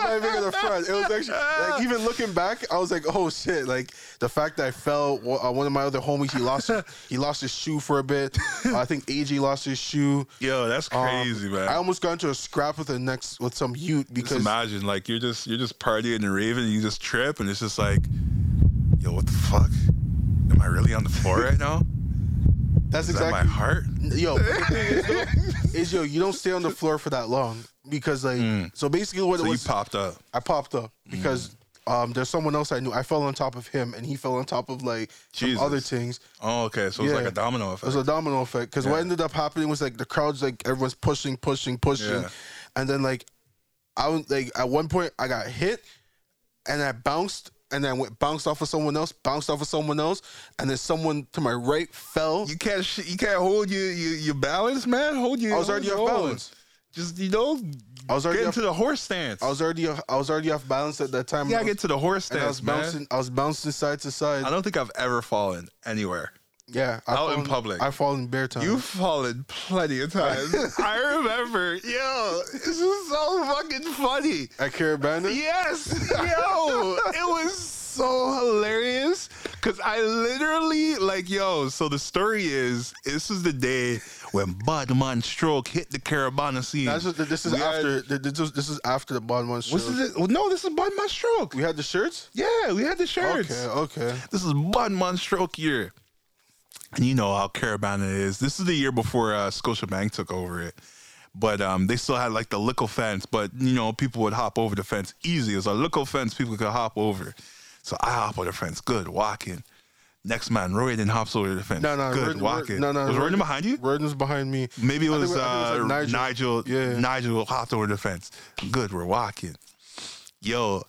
not even gonna front. It was actually like even looking back, I was like, oh shit! Like the fact that I fell. wa- Uh, one of my other homies, he lost he lost his shoe for a bit. Uh, I think AG lost his shoe. Yo, that's Um, crazy, man. I almost got into a scrap with the next with some Ute just because imagine, like you're just you're just partying and raving, and you just trip, and it's just like, yo, what the fuck? Am I really on the floor right now? that's Is exactly that my heart? Yo, but the thing is, though, is, yo, you don't stay on the floor for that long because like so basically what Mm. So it you Mm. was popped up. I popped up because um there's someone else I knew. I fell on top of him and he fell on top of like some Jesus. other things. Oh, okay. So it's Yeah. like a domino It was effect. a domino effect because Yeah. what ended up happening was like the crowd's like everyone's pushing, pushing, pushing, Yeah. and then like I was like at one point I got hit and I bounced and then went bounced off of someone else, bounced off of someone else, and then someone to my right fell. You can't sh- you can't hold your, your your balance, man. Hold your. I was hold already your off own. balance. Just you know, I was already get off- into the horse stance. I was already I was already off balance at that time. you gotta get to the horse and I was stance, man. bouncing. I was bouncing side to side. I don't think I've ever fallen anywhere. Yeah, I Out in fallen- public. I fallen bare time. You've fallen plenty of times. I remember. Yo, this is so fucking funny. at Carabana. Yes, yo, it was so hilarious because I literally like yo. So the story is this is the day when Bud Stroke hit the Carabana scene. That's what, this is We had- after. This is, this is after the bottom one. What's show. this? No, this is Bud Stroke. We had the shirts. Yeah, we had the shirts. Okay, okay. This is Bud Stroke year. And you know how Carabana is. This is the year before uh, Scotiabank took over it. But um, they still had like the lickle fence, but you know, people would hop over the fence easy. It was a lickle fence people could hop over. So I hop over the fence, good, walking. Next man, Royden hops over the fence. No, no. good, Royden- walking. No, no. Was Royden Royden- behind you? Royden's behind me. Maybe it I think was, it- I uh, think it was, like, Nigel. Nigel. Yeah. Nigel hopped over the fence. Good, we're walking. Yo,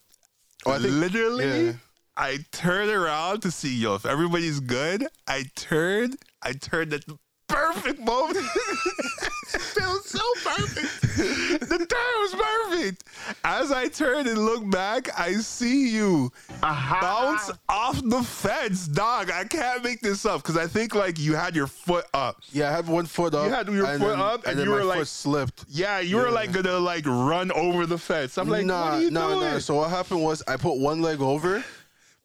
Oh, I think- literally, yeah. I turn around to see yo if everybody's good. I turned, I turned at the perfect moment. it was so perfect. The turn was perfect. As I turn and look back, I see you bounce off the fence, dog. I can't make this up because I think like you had your foot up. Yeah, I had one foot up. You had your and foot then- up and then you my were, like- foot slipped. Yeah, you were Yeah. like gonna like run over the fence. I'm like, nah, what are you nah, doing? nah. So what happened was I put one leg over.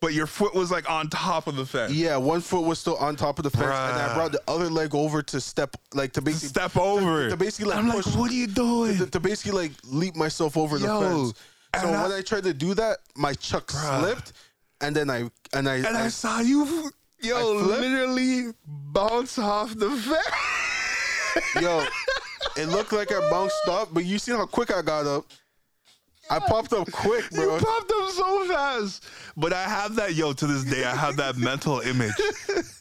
but your foot was like on top of the fence. Yeah, one foot was still on top of the fence, and Bruh. I brought the other leg over to step, like to basically Step over. to basically, like, I'm like, push- what are you doing? to, to basically like leap myself over Yo, the fence. So and I- when I tried to do that, my chuck slipped, and then I and I, and I I- saw you, yo, I flipped. literally bounce off the fence. yo, it looked like I bounced up, but you seen how quick I got up. I popped up quick, You bro. popped up so fast. But I have that, yo, to this day, I have that mental image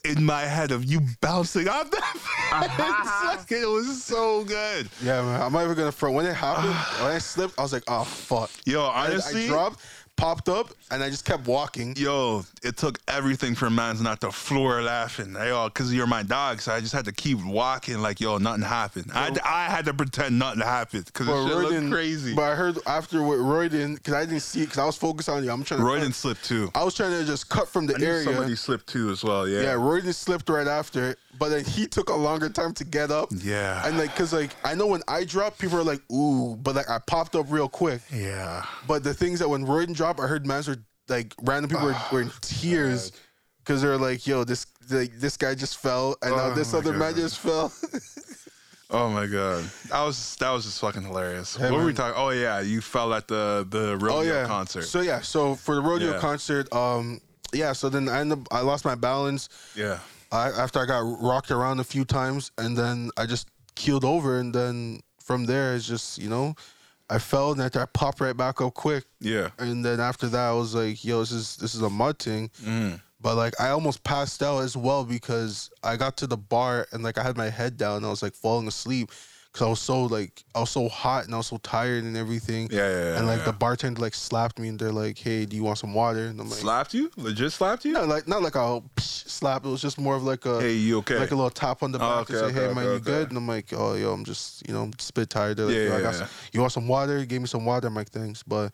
in my head of you bouncing off that fence. it was so good. yeah, man. I'm not even gonna front. When it happened, when I slipped, I was like, oh fuck. Yo, I, honestly. I dropped, popped up, and I just kept walking. yo, it took everything for man's not to floor laughing. They all, cause you're my dog, so I just had to keep walking like, yo, nothing happened. I, I had to pretend nothing happened, cause But it shit looked Royden- crazy. But I heard after with Royden, because I didn't see it, because I was focused on you. I'm trying to. Royden slipped too. I was trying to just cut from the I knew area. Somebody slipped too as well. Yeah, Yeah. Royden slipped right after, but then he took a longer time to get up. Yeah. And like, cause like I know when I drop, people are like, ooh, but like I popped up real quick. Yeah. But the things that when Royden dropped, I heard mans were like random people were, were in tears because they're like, yo, this like this guy just fell, and now Oh this my other man God. just fell. Oh my god, that was that was just fucking hilarious. what were we man. talking? Oh yeah, you fell at the the rodeo oh yeah, concert. So yeah, so for the rodeo Yeah. concert, um, yeah, so then I end up I lost my balance. yeah. I, after I got rocked around a few times, and then I just keeled over, and then from there it's just you know, I fell and after I popped right back up quick, Yeah. and then after that I was like, yo, this is this is a mud thing, Mm. but like I almost passed out as well because I got to the bar and like I had my head down, and I was like falling asleep because I was so like I was so hot and I was so tired and everything, Yeah, yeah, yeah, and like yeah. the bartender like slapped me and they're like, hey, do you want some water? And I'm like. Slapped you? Legit slapped you? No, like not like a psh, slap. It was just more of like a Hey, you okay? like a little tap on the Oh, back to say, okay, "Hey okay, man, okay, you okay. good?" And I'm like, "Oh, yo, I'm just you know, I'm just a bit tired." They're like, Yeah, Mm. "Yo, I yeah, got yeah. some- you want some water? Give me some water." I'm like, "Thanks," but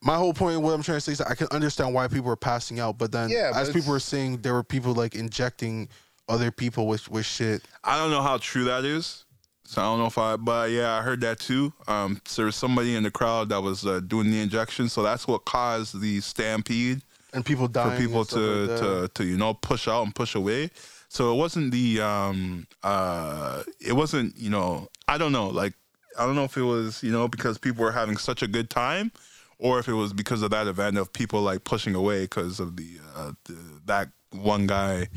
my whole point, what I'm trying to say is that I can understand why people are passing out, but then Yeah, but as it's- people were saying, there were people like injecting other people with with shit. I don't know how true that is. So I don't know if I, but yeah, I heard that too. Um, so there was somebody in the crowd that was uh, doing the injection, so that's what caused the stampede and people dying for people and to, stuff like that. to to you know push out and push away. So it wasn't the um uh it wasn't you know I don't know like I don't know if it was you know because people were having such a good time or if it was because of that event of people like pushing away because of the, uh, the that one guy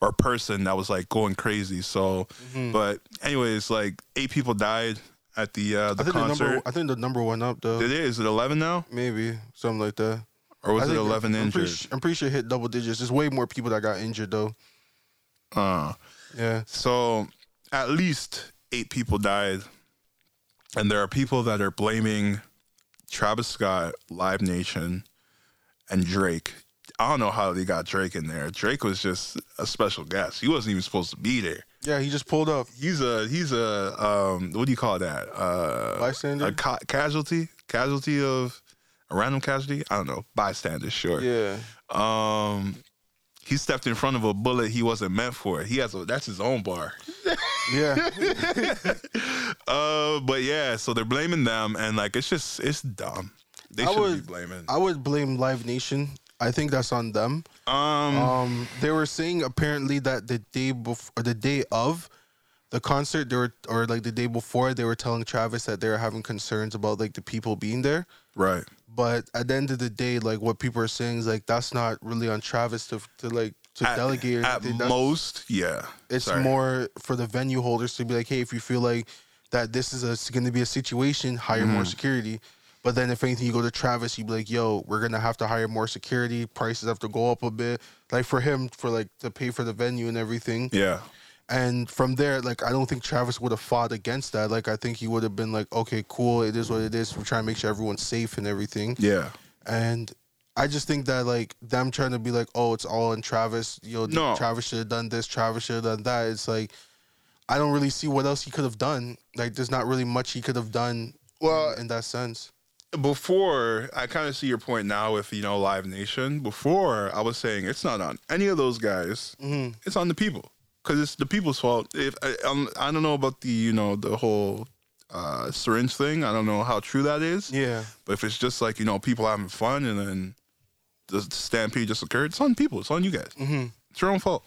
or person that was like going crazy. So Mm-hmm. but anyways like eight people died at the uh I the think the number concert. I think the number went up though. Did it is it eleven now Maybe something like that. or was I it think- uh, eleven I'm injured? Pretty, su- I'm pretty sure it hit double digits. There's way more people that got injured though. uh Yeah, So at least eight people died. And there are people that are blaming Travis Scott, Live Nation, and Drake. I don't know how they got Drake in there. Drake was just a special guest. He wasn't even supposed to be there. yeah. He just pulled up He's a he's a um what do you call that? Uh bystander. a ca- casualty? Casualty of a random casualty? I don't know. Bystander, sure. yeah, Um he stepped in front of a bullet he wasn't meant for. He has a that's his own bar. yeah. Uh, but yeah, so they're blaming them, and like it's just it's dumb. They I should be would- blaming. I would blame Live Nation. I think that's on them. um, Um, they were saying apparently that the day before, or the day of the concert, they were, or like the day before, they were telling Travis that they were having concerns about like the people being there. right. But at the end of the day, like what people are saying is like that's not really on Travis to to like to At, delegate. or at anything. That's- most, yeah. it's Sorry. more for the venue holders to be like, hey, if you feel like that this is a going to be a situation, hire more security. But then if anything, you go to Travis, you'd be like, yo, we're gonna have to hire more security. Prices have to go up a bit, like for him for like to pay for the venue and everything. Yeah, And from there, like I don't think Travis would have fought against that. Like I think he would have been like, okay, cool, it is what it is. We're trying to make sure everyone's safe and everything. yeah. And I just think that like them trying to be like, oh, it's all in Travis. Yo, No. Travis should have done this. Travis should have done that. It's like I don't really see what else he could have done. Like, there's not really much he could have done. Well, in that sense, Before I kind of see your point now with you know Live Nation. Before I was saying it's not on any of those guys. Mhm. It's on the people because it's the people's fault. If I, um, I don't know about the you know the whole uh, syringe thing. I don't know how true that is. yeah, But if it's just like you know people having fun and then the stampede just occurred, it's on people. It's on you guys. Mm-hmm. It's your own fault.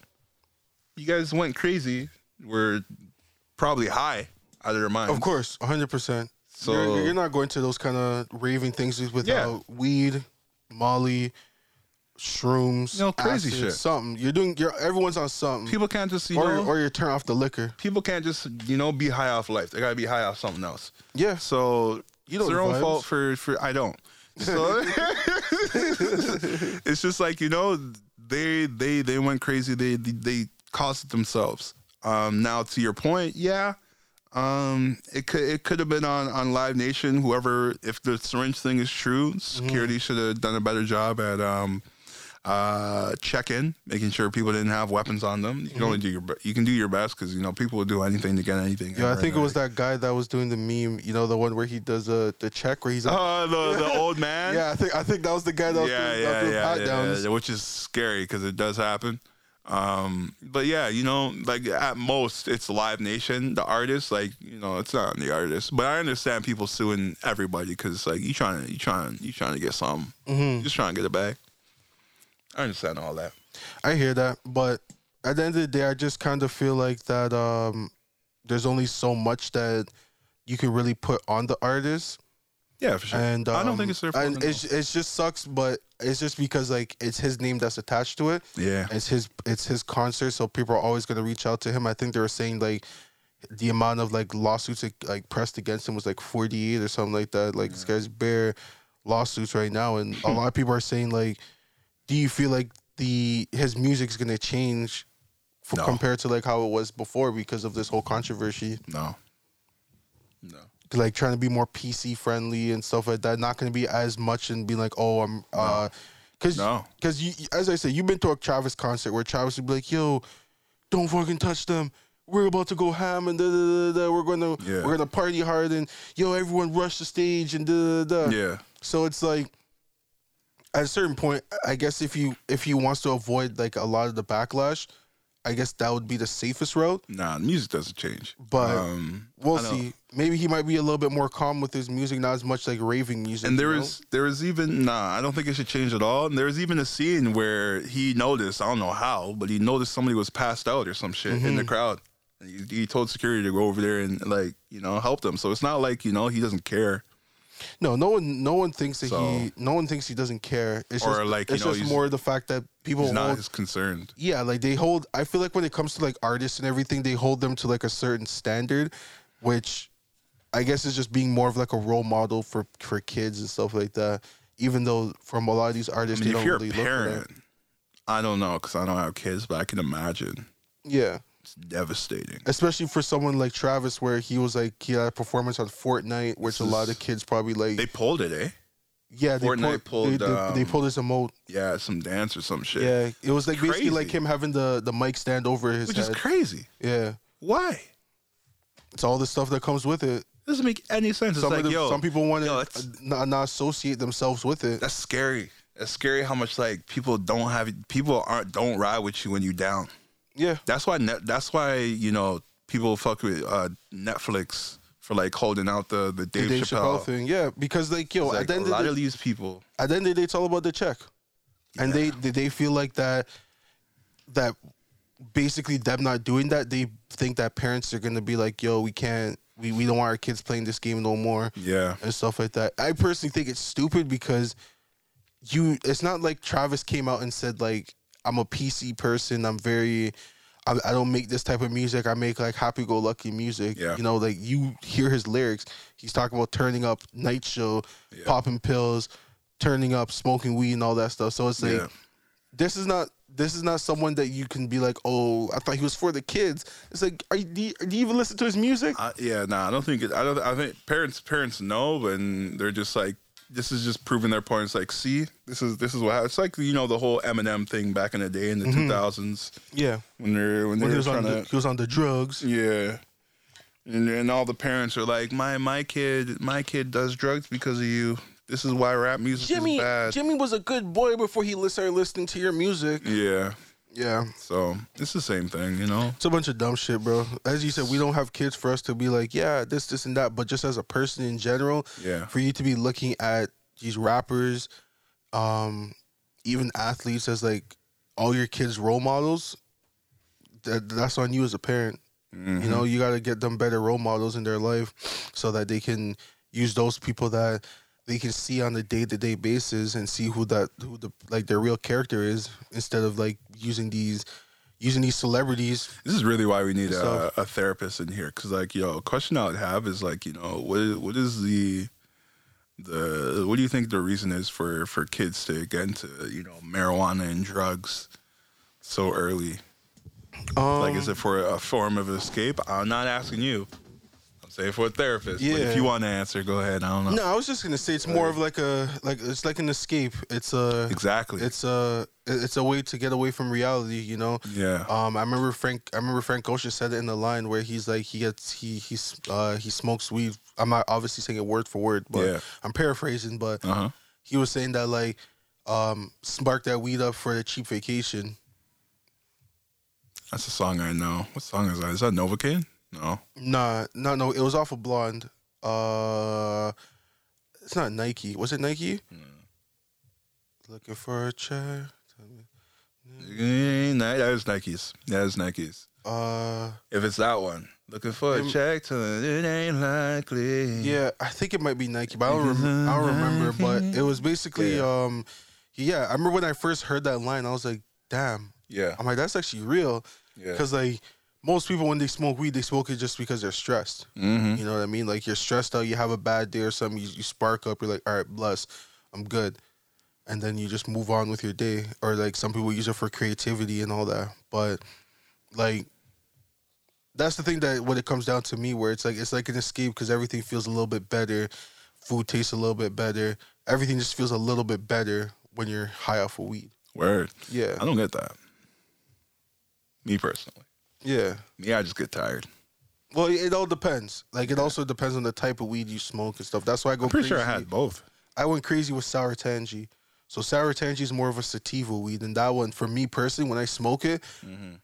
You guys went crazy. Were probably high out of their mind. of course, 100. percent So So- you're, you're not going to those kind of raving things with- without weed, Molly, shrooms, No, crazy acid, shit. Something you're doing. You're everyone's on something. People can't just you or know. or you turn off the liquor. people can't just you know be high off life. They gotta be high off something else. Yeah, So You know it's the their own vibes. fault for for I don't. So it's just like you know they they they went crazy. They they, they cost it themselves. Um, now to your point, yeah. Um, it could it could have been on on Live Nation. Whoever, if the syringe thing is true, Mm-hmm. security should have done a better job at um uh check in, making sure people didn't have weapons on them. You Mm-hmm. can only do your be- you can do your best because you know people will do anything to get anything. Yeah, I ever think it and was that guy that was doing the meme. You know, the one where he does uh, the check where he's like, Uh, the the old man. yeah, I think I think that was the guy that was yeah, doing, that yeah, doing yeah, pat yeah, downs. yeah, which is scary because it does happen. Um, but yeah, you know, like at most it's Live Nation, the artist. Like you know, it's not on the artist, but I understand people suing everybody because like you trying to you trying you trying to get some, Mm-hmm. just trying to get a bag. I understand all that. I hear that, but at the end of the day, I just kind of feel like that um, there's only so much that you can really put on the artist, Yeah, for sure. and um, I don't think it's their fault. And at all. it's it's just sucks, but it's just because like it's his name that's attached to it. yeah, It's his it's his concert, so people are always gonna reach out to him. I think they were saying like the amount of like lawsuits like, like pressed against him was like forty eight or something like that. Like this guy's bare lawsuits right now, and a lot of people are saying like, do you feel like the his music's gonna change? For, No. Compared to like how it was before because of this whole controversy, no, no. like trying to be more PC friendly and stuff like that, not going to be as much and be like, oh, I'm, uh, because No. because you, as I said, you've been to a Travis concert where Travis would be like, yo, don't fucking touch them. We're about to go ham and da da da da. We're gonna Yeah. we're gonna party hard and yo, everyone rush the stage and da da da. da." Yeah, So it's like at a certain point, I guess if you if he wants to avoid like a lot of the backlash, I guess that would be the safest route. Nah, the music doesn't change. But um, We'll I know. see. Maybe he might be a little bit more calm with his music, not as much like raving music. and there you know? is there is even nah, I don't think it should change at all. And there is even a scene where he noticed, I don't know how, but he noticed somebody was passed out or some shit Mm-hmm. in the crowd. And he, he told security to go over there and like you know help them. So it's not like you know he doesn't care. no, no one, no one thinks that So- he, no one thinks he doesn't care. It's Or, just, like, you it's know, just he's- more the fact that people He's hold, not as concerned. yeah, like they hold. I feel like when it comes to like artists and everything, they hold them to like a certain standard, which I guess is just being more of like a role model for for kids and stuff like that. Even though from a lot of these I artists, mean, they if don't you're really a look. at parent, it. I don't know because I don't have kids, but I can imagine Yeah, it's devastating. especially for someone like Travis, where he was like he had a performance on Fortnite, which a This lot is- of kids probably like. They pulled it, eh? yeah, they Fortnite pulled. they, pulled, they, they um, pulled his emote. Yeah, some dance or some shit, Yeah, it was like basically like Crazy. him having the the mic stand over his which is head. crazy. yeah, Why? it's all the stuff that comes with it. doesn't make any sense. It's some like, of the, yo, some people want to yo, uh, that's- not, not associate themselves with it. that's scary. That's scary how much like people don't have people aren't don't ride with you when you down. Yeah, That's why net, that's why you know people fuck with uh, Netflix for like holding out the the the Dave, Dave Chappelle. Chappelle, thing. Yeah, because like yo, It's at like, the end a of lot the, of these people. at the end of the day, it's all about the check, and they they they feel like that that basically them not doing that, they think that parents are gonna be like, yo, we can't, we we don't want our kids playing this game no more. Yeah, and stuff like that. I personally think it's stupid because you it's not like Travis came out and said like I'm a PC person. I'm very I, I don't make this type of music. I make like happy go lucky music. Yeah. You know, like you hear his lyrics. He's talking about turning up night show, Yeah. popping pills, turning up, smoking weed and all that stuff. So it's like yeah. this is not this is not someone that you can be like, "Oh, I thought he was for the kids." It's like, are you, do you, do you even listen to his music? I, yeah, nah, I don't think it, I don't. I think parents parents know, but and they're just like this is just proving their point. It's like, see, this is this is what hap- it's like. You know, the whole Eminem thing back in the day in the two thousands yeah. when they're when, Mm-hmm. When they're he was trying on the, to he was on the drugs. yeah. And, and all the parents are like, my my kid, my kid does drugs because of you. This is why rap music Jimmy is bad. Jimmy was a good boy before he li- started listening to your music. yeah. Yeah. So it's the same thing, you know. It's a bunch of dumb shit, bro. As you said, we don't have kids for us to be like, yeah, this, this, and that. But just as a person in general, Yeah. for you to be looking at these rappers, um, even athletes as like all your kids' role models, that, that's on you as a parent. Mm-hmm. You know, you got to get them better role models in their life so that they can use those people that they can see on a day-to-day basis and see who that who the like their real character is instead of like using these using these celebrities This is really why we need So- a, a therapist in here, because like, yo, a question I would have is like, you know, what is- what is the the what do you think the reason is for for kids to get into you know marijuana and drugs so early? um, Like, is it for a form of escape? I'm not asking you. I'm saying for a therapist. But Yeah. if you want to answer, go ahead. I don't know. no i was just gonna say it's more of like a like it's like an escape it's a Exactly. it's a it's a way to get away from reality you know yeah. um i remember frank i remember frank ocean said it in the line where he's like he gets he he's uh he smokes weed i'm not obviously saying it word for word but Yeah. i'm paraphrasing but Uh huh. he was saying that like um spark that weed up for the cheap vacation That's a song I know. What song is that? Is that Novocaine? No. nah no no it was off of blonde uh it's not nike was it nike looking for a chair Mm, That that is Nikes. That is Nikes. uh If it's that one, looking for a Mm. check to it ain't likely. Yeah, I think it might be Nike, but I don't, rem- I don't remember. But it was basically, um, yeah, I remember when I first heard that line, I was like, damn. yeah, I'm like, that's actually real. yeah. Because, like, most people, when they smoke weed, they smoke it just because they're stressed. hmm You know what I mean? Like, you're stressed out, you have a bad day or something, you, you spark up, you're like, all right, bless, I'm good. And then you just move on with your day. Or, like, some people use it for creativity and all that. But, like, that's the thing that when it comes down to me where it's like it's like an escape because everything feels a little bit better food tastes a little bit better everything just feels a little bit better when you're high off of weed Word. yeah I don't get that. Me personally, yeah me I just get tired. well it, it all depends like it also depends on the type of weed you smoke and stuff that's why i go I'm pretty crazy sure I had both. I went crazy with sour tangy So Saratanji is more of a sativa weed, and that one for me personally, when I smoke it,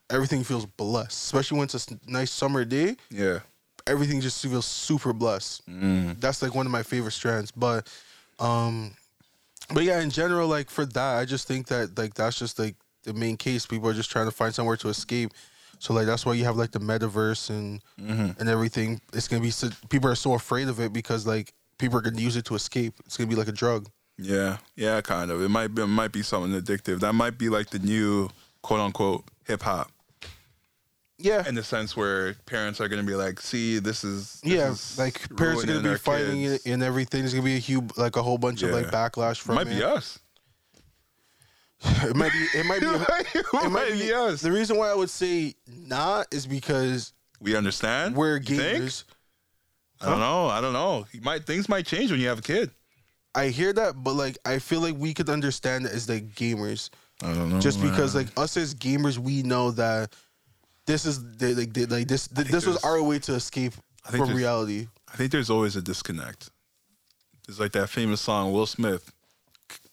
everything feels blessed. Especially when it's a s- nice summer day, Yeah. Mm. everything just feels super blessed. Mm-hmm. That's like one of my favorite strands. But, um, but yeah, in general, like for that, I just think that like that's just like the main case. People are just trying to find somewhere to escape. So like that's why you have like the metaverse and and everything. It's gonna be so, people are so afraid of it because like people are gonna use it to escape. It's gonna be like a drug. Yeah, yeah, kind of. It might be, it might be something addictive. That might be like the new quote unquote hip hop Yeah, in the sense where parents are gonna be like, "See, this is this yeah. is Like parents are gonna ruining be our fighting kids." it and everything. There's gonna be a huge like a whole bunch of like Yeah. backlash from might it. be us. It might be. It might be. it might be us. The reason why I would say not is because We understand. we're You think? gamers. I don't know. I don't know. You might things might change when you have a kid. I hear that, but like I feel like we could understand it as like gamers, I don't know. just because like us as gamers, we know that this is they, like they, like this th- think this was there's- our way to escape I think from there's- reality. I think there's always a disconnect. It's like that famous song Will Smith.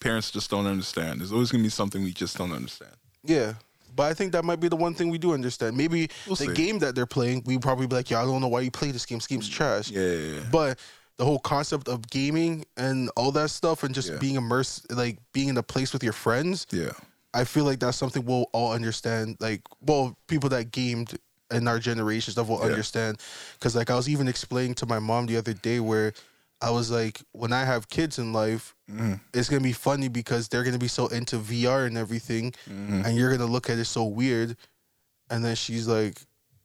Parents just don't understand. There's always gonna be something we just don't understand. Yeah. But I think that might be the one thing we do understand. Maybe We'll the see. Mm, game that they're playing, we probably be like, yeah, I don't know why you play this game. This game's trash. Yeah, yeah, yeah. But the whole concept of gaming and all that stuff and just Yeah. being immersed, like being in a place with your friends, yeah. I feel like that's something we'll all understand. Like, well, people that gamed in our generation stuff will understand. Because, like, I was even explaining to my mom the other day where I was like, when I have kids in life, it's going to be funny because they're going to be so into VR and everything, and you're going to look at it so weird. And then she's like,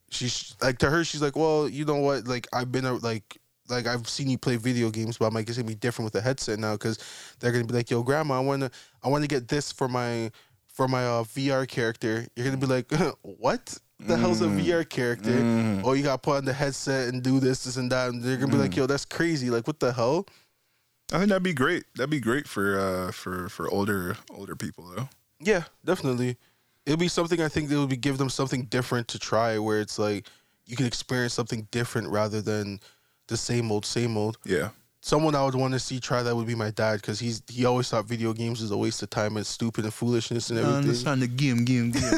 she's like, to her, she's like, well, you know what? Like, I've been a, like, like I've seen you play video games, but I'm like, it's gonna be different with a headset now because they're gonna be like, yo, grandma, I wanna, I wanna get this for my, for my uh, VR character. You're gonna be like, what? The hell's a VR character? Mm. Mm-hmm. Oh, you gotta put on the headset and do this, this, and that. And they're gonna be like, yo, that's crazy. Like, what the hell? I think that'd be great. That'd be great for uh for for older older people though. Yeah, definitely. It'll be something I think that would be give them something different to try, where it's like you can experience something different rather than the same old, same old. Yeah. Someone I would want to see try that would be my dad because he's he always thought video games is a waste of time and stupid and foolishness and everything. the game, game, game, game.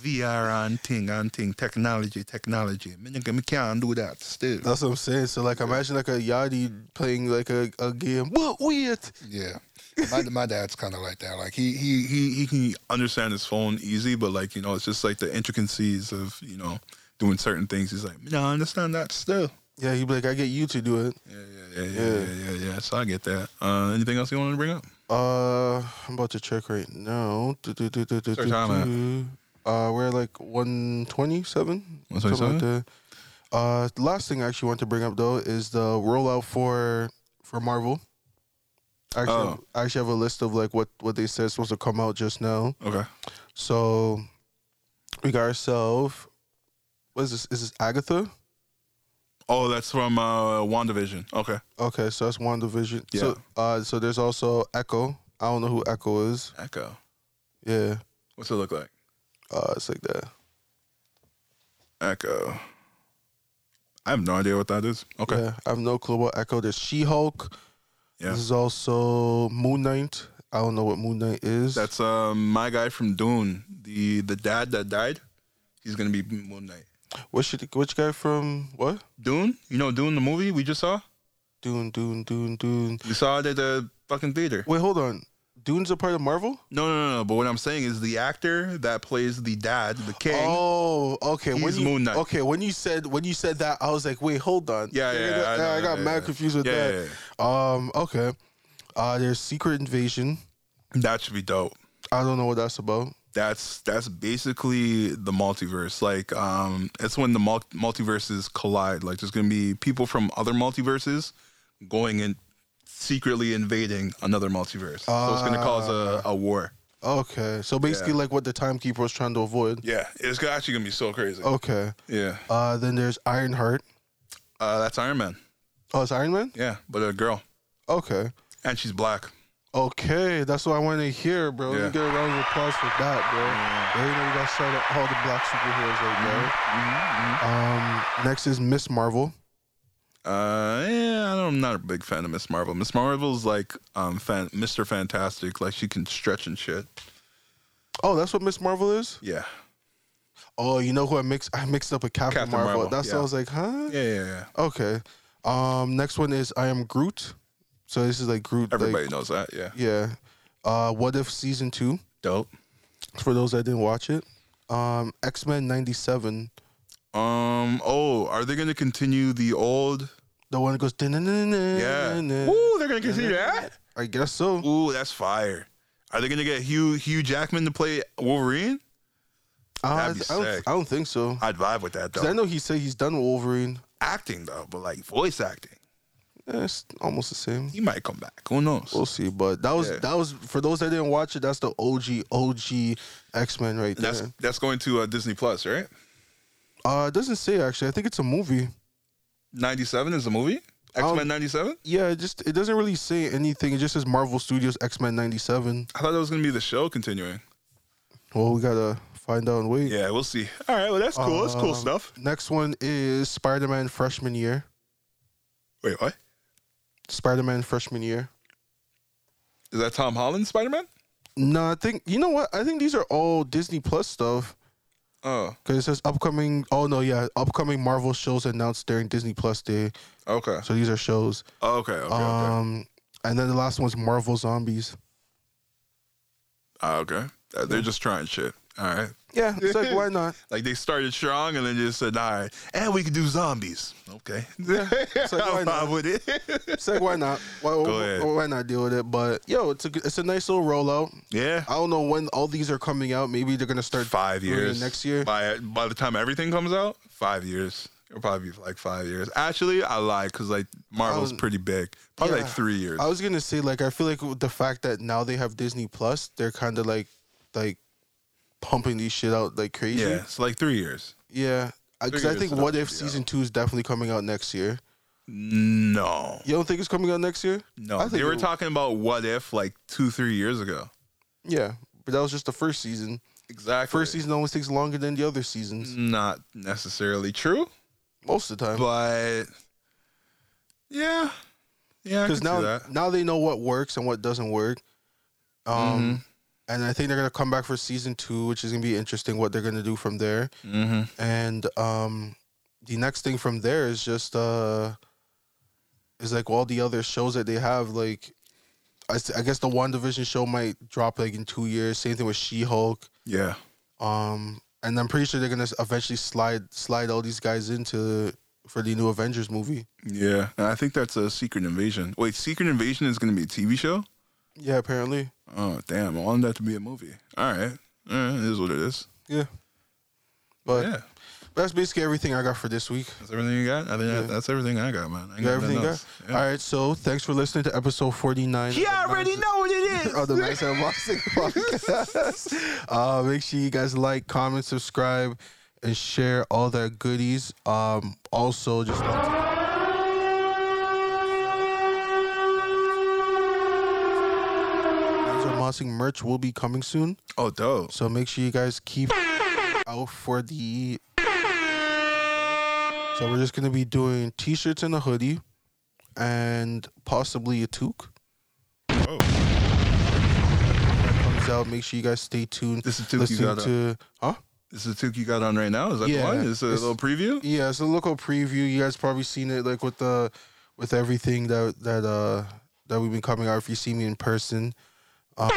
VR on thing, on thing, technology, technology. Me nigga, me can't do that still. That's what I'm saying. So like, imagine like a Yachty playing like a, a game. What weird? Yeah, my, my dad's kind of like that. Like he He, he he he can understand his phone easy, but like you know, it's just like the intricacies of you know doing certain things. He's like, no, I understand that still. Yeah, he'd be like, I get you to do it. Yeah, yeah, yeah, yeah, yeah, yeah. yeah. So I get that. Uh, anything else you want to bring up? Uh, I'm about to check right now. Do, do, do, do, do, Check do, time do. Uh, we're at like 127. 127? something like that. Uh, the last thing I actually want to bring up though is the rollout for for Marvel. I Actually, Oh. I actually have a list of like what what they said is supposed to come out just now. Okay. So we got ourselves. What is this? Is this Agatha? Oh, that's from uh, Wandavision. Okay. Okay, so that's WandaVision. So, uh, so there's also Echo. I don't know who Echo is. Echo. Yeah, What's it look like? uh, it's like that. Echo. I have no idea what that is. Okay. Yeah, I have no clue what Echo. There's She Hulk. Yeah. This is also Moon Knight. I don't know what Moon Knight is. That's um my guy from Dune, the the dad that died. He's gonna be Moon Knight. which which guy from what? Dune, you know Dune the movie we just saw. Dune, Dune, Dune, Dune. We saw it at the fucking theater. Wait, hold on. Dune's a part of Marvel. No, no, no, no. But what I'm saying is the actor that plays the dad, the king. Oh, okay. when He's you, Moon Knight. Okay, when you said when you said that, I was like, wait, hold on. Yeah, yeah, yeah, I know, I, got yeah, mad yeah. confused with Yeah, that. yeah, Um, okay. Uh, there's Secret Invasion. That should be dope. I don't know what that's about. That's that's basically the multiverse. Like, um, it's when the mul- multiverses collide. Like, there's gonna be people from other multiverses going and secretly invading another multiverse. so it's gonna cause a, a war. Okay, so basically, like what the timekeeper was trying to avoid. Yeah, it's actually gonna be so crazy. Okay. Oh. Yeah, Uh, then there's Ironheart. uh, that's Iron Man. Oh, it's Iron Man. Yeah, but a girl, Okay. and she's black. Okay, that's what I want to hear, bro. You Yeah. get a round of applause for that, bro. Yeah. You know, we got to shout out all the black superheroes out Mm-hmm. Mm-hmm. there. Um, next is Miss Marvel. Uh, yeah, I don't I'm not a big fan of Miss Marvel. Miss Marvel's like um, fan, Mr. Fantastic. Like she can stretch and shit. Oh, that's what Miss Marvel is. Yeah. Oh, you know who I mixed? I mixed up with Captain, Captain Marvel. Marvel, That's yeah. I was like, huh? Yeah, yeah, yeah. Okay. Um, next one is I am Groot. So this is like Groot. like- Everybody knows that. Yeah. yeah. Uh, what if season two? Dope. For those that didn't watch it, um, X Men '97, Um. Oh, are they gonna continue the old? the one that goes. Yeah. Yeah. Ooh, they're gonna continue that. I guess so. Ooh, that's fire. Are they gonna get Hugh Hugh Jackman to play Wolverine? Uh, That'd be I, don't, sick. I don't think so. I'd vibe with that 'Cause I though. know he said he's done with Wolverine. Acting though, but like voice acting, Eh, it's almost the same. he might come back. Who knows? We'll see. But that was Yeah. that was for those that didn't watch it. That's the OG OG X Men right there. that's that's going to uh, Disney Plus, right? Uh, it doesn't say actually. I think it's a movie. Ninety seven is the movie. X Men ninety seven. Yeah, it just it doesn't really say anything. It just says Marvel Studios X Men '97. I thought that was gonna be the show continuing. Well, we gotta find out and wait. Yeah, Um, we'll see. All right, well that's cool. that's cool stuff. Next one is Spider Man freshman year. Wait, what? Spider Man freshman year. Is that Tom Holland Spider Man? No, I think you know what? I think these are all Disney Plus stuff. Oh, Cause it says upcoming. Oh no, yeah, upcoming Marvel shows announced during Disney Plus Day. okay, Oh, So these are shows. okay, okay, okay. Um, and then the last one's Marvel Zombies. Ah, okay. Uh, They're just trying shit. All right. Yeah, it's like why not? Like they started strong and then just said, all right, and we can do zombies. Okay. like, why I'm not? fine with it. It's like why not? Why, why, ahead. why not deal with it? But yo, it's a good- it's a nice little rollout. yeah. I don't know when all these are coming out. Maybe they're gonna start Five doing it years. next year. By, by the time everything comes out, five years. It'll probably be like five years. Actually, I lied because like Marvel's Um, pretty big. Probably yeah. Oh, like three years. I was gonna say like I feel like with the fact that now they have Disney Plus, they're kind of like like pumping these shit out like crazy. yeah, it's like three years. yeah. Because Three I years think is not What gonna If be season two is definitely coming out next year. No, You don't think it's coming out next year? I no. think They were it- talking about what if like two, three years ago. Yeah, but that was just the first season. Exactly. First season always takes longer than the other seasons not necessarily true, Mm-hmm. most of the time. but yeah, yeah. I because can see now that. now they know what works and what doesn't work. Um, Mm-hmm. and I think they're gonna come back for season two, which is gonna be interesting. What they're gonna do from there, Mm-hmm. and um, the next thing from there is just uh, is like all the other shows that they have. Like, I, s- I guess the One Division show might drop like in two years. Same thing with She Hulk. Yeah. Um, and I'm pretty sure they're gonna s- eventually slide slide all these guys into for the new Avengers movie. Yeah. And I think that's a Secret Invasion. Wait, Secret Invasion is going to be a TV show? Yeah, apparently. Oh, damn. I wanted that to be a movie. All right. All right. It is what it is. Yeah. But yeah. that's basically everything I got for this week. That's everything you got? I think Yeah. that's everything I got, man. I ain't You got everything you nothing else. got? Yeah. All right, so thanks for listening to episode 49. He of the already Nonsense- know what it is. of the Nice and Boxing podcast. Uh, make sure you guys like, comment, subscribe, and share all their goodies. Um, also, just want to- Nice and Boxing merch will be coming soon. Oh, dope. So make sure you guys keep out for the. So we're just gonna be doing t-shirts and a hoodie, and possibly a toque. Oh. That comes out. Make sure you guys stay tuned. This is toque you Listen got, uh, to huh? This is the toque you got on right now? Is that Yeah. the one? Is it a It's- little preview? Yeah, it's a local preview. You guys probably seen it like with the with everything that that uh that we've been coming out. If you see me in person. uh, So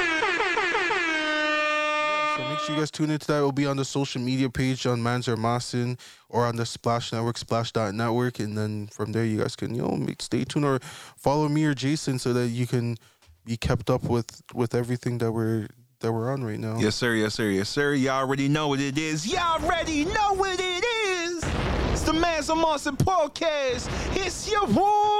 make sure you guys tune into that. It'll be on the social media page on Manzer Masin or on the Splash Network, splash.network. And then from there, you guys can, you know, make, stay tuned or follow me or Jason so that you can be kept up with with everything that we're that we're on right now. Yes, sir. Yes, sir. Yes, sir. Y'all already know what it is. Y'all already know what it is. It's the Man's Monster podcast. It's your boy.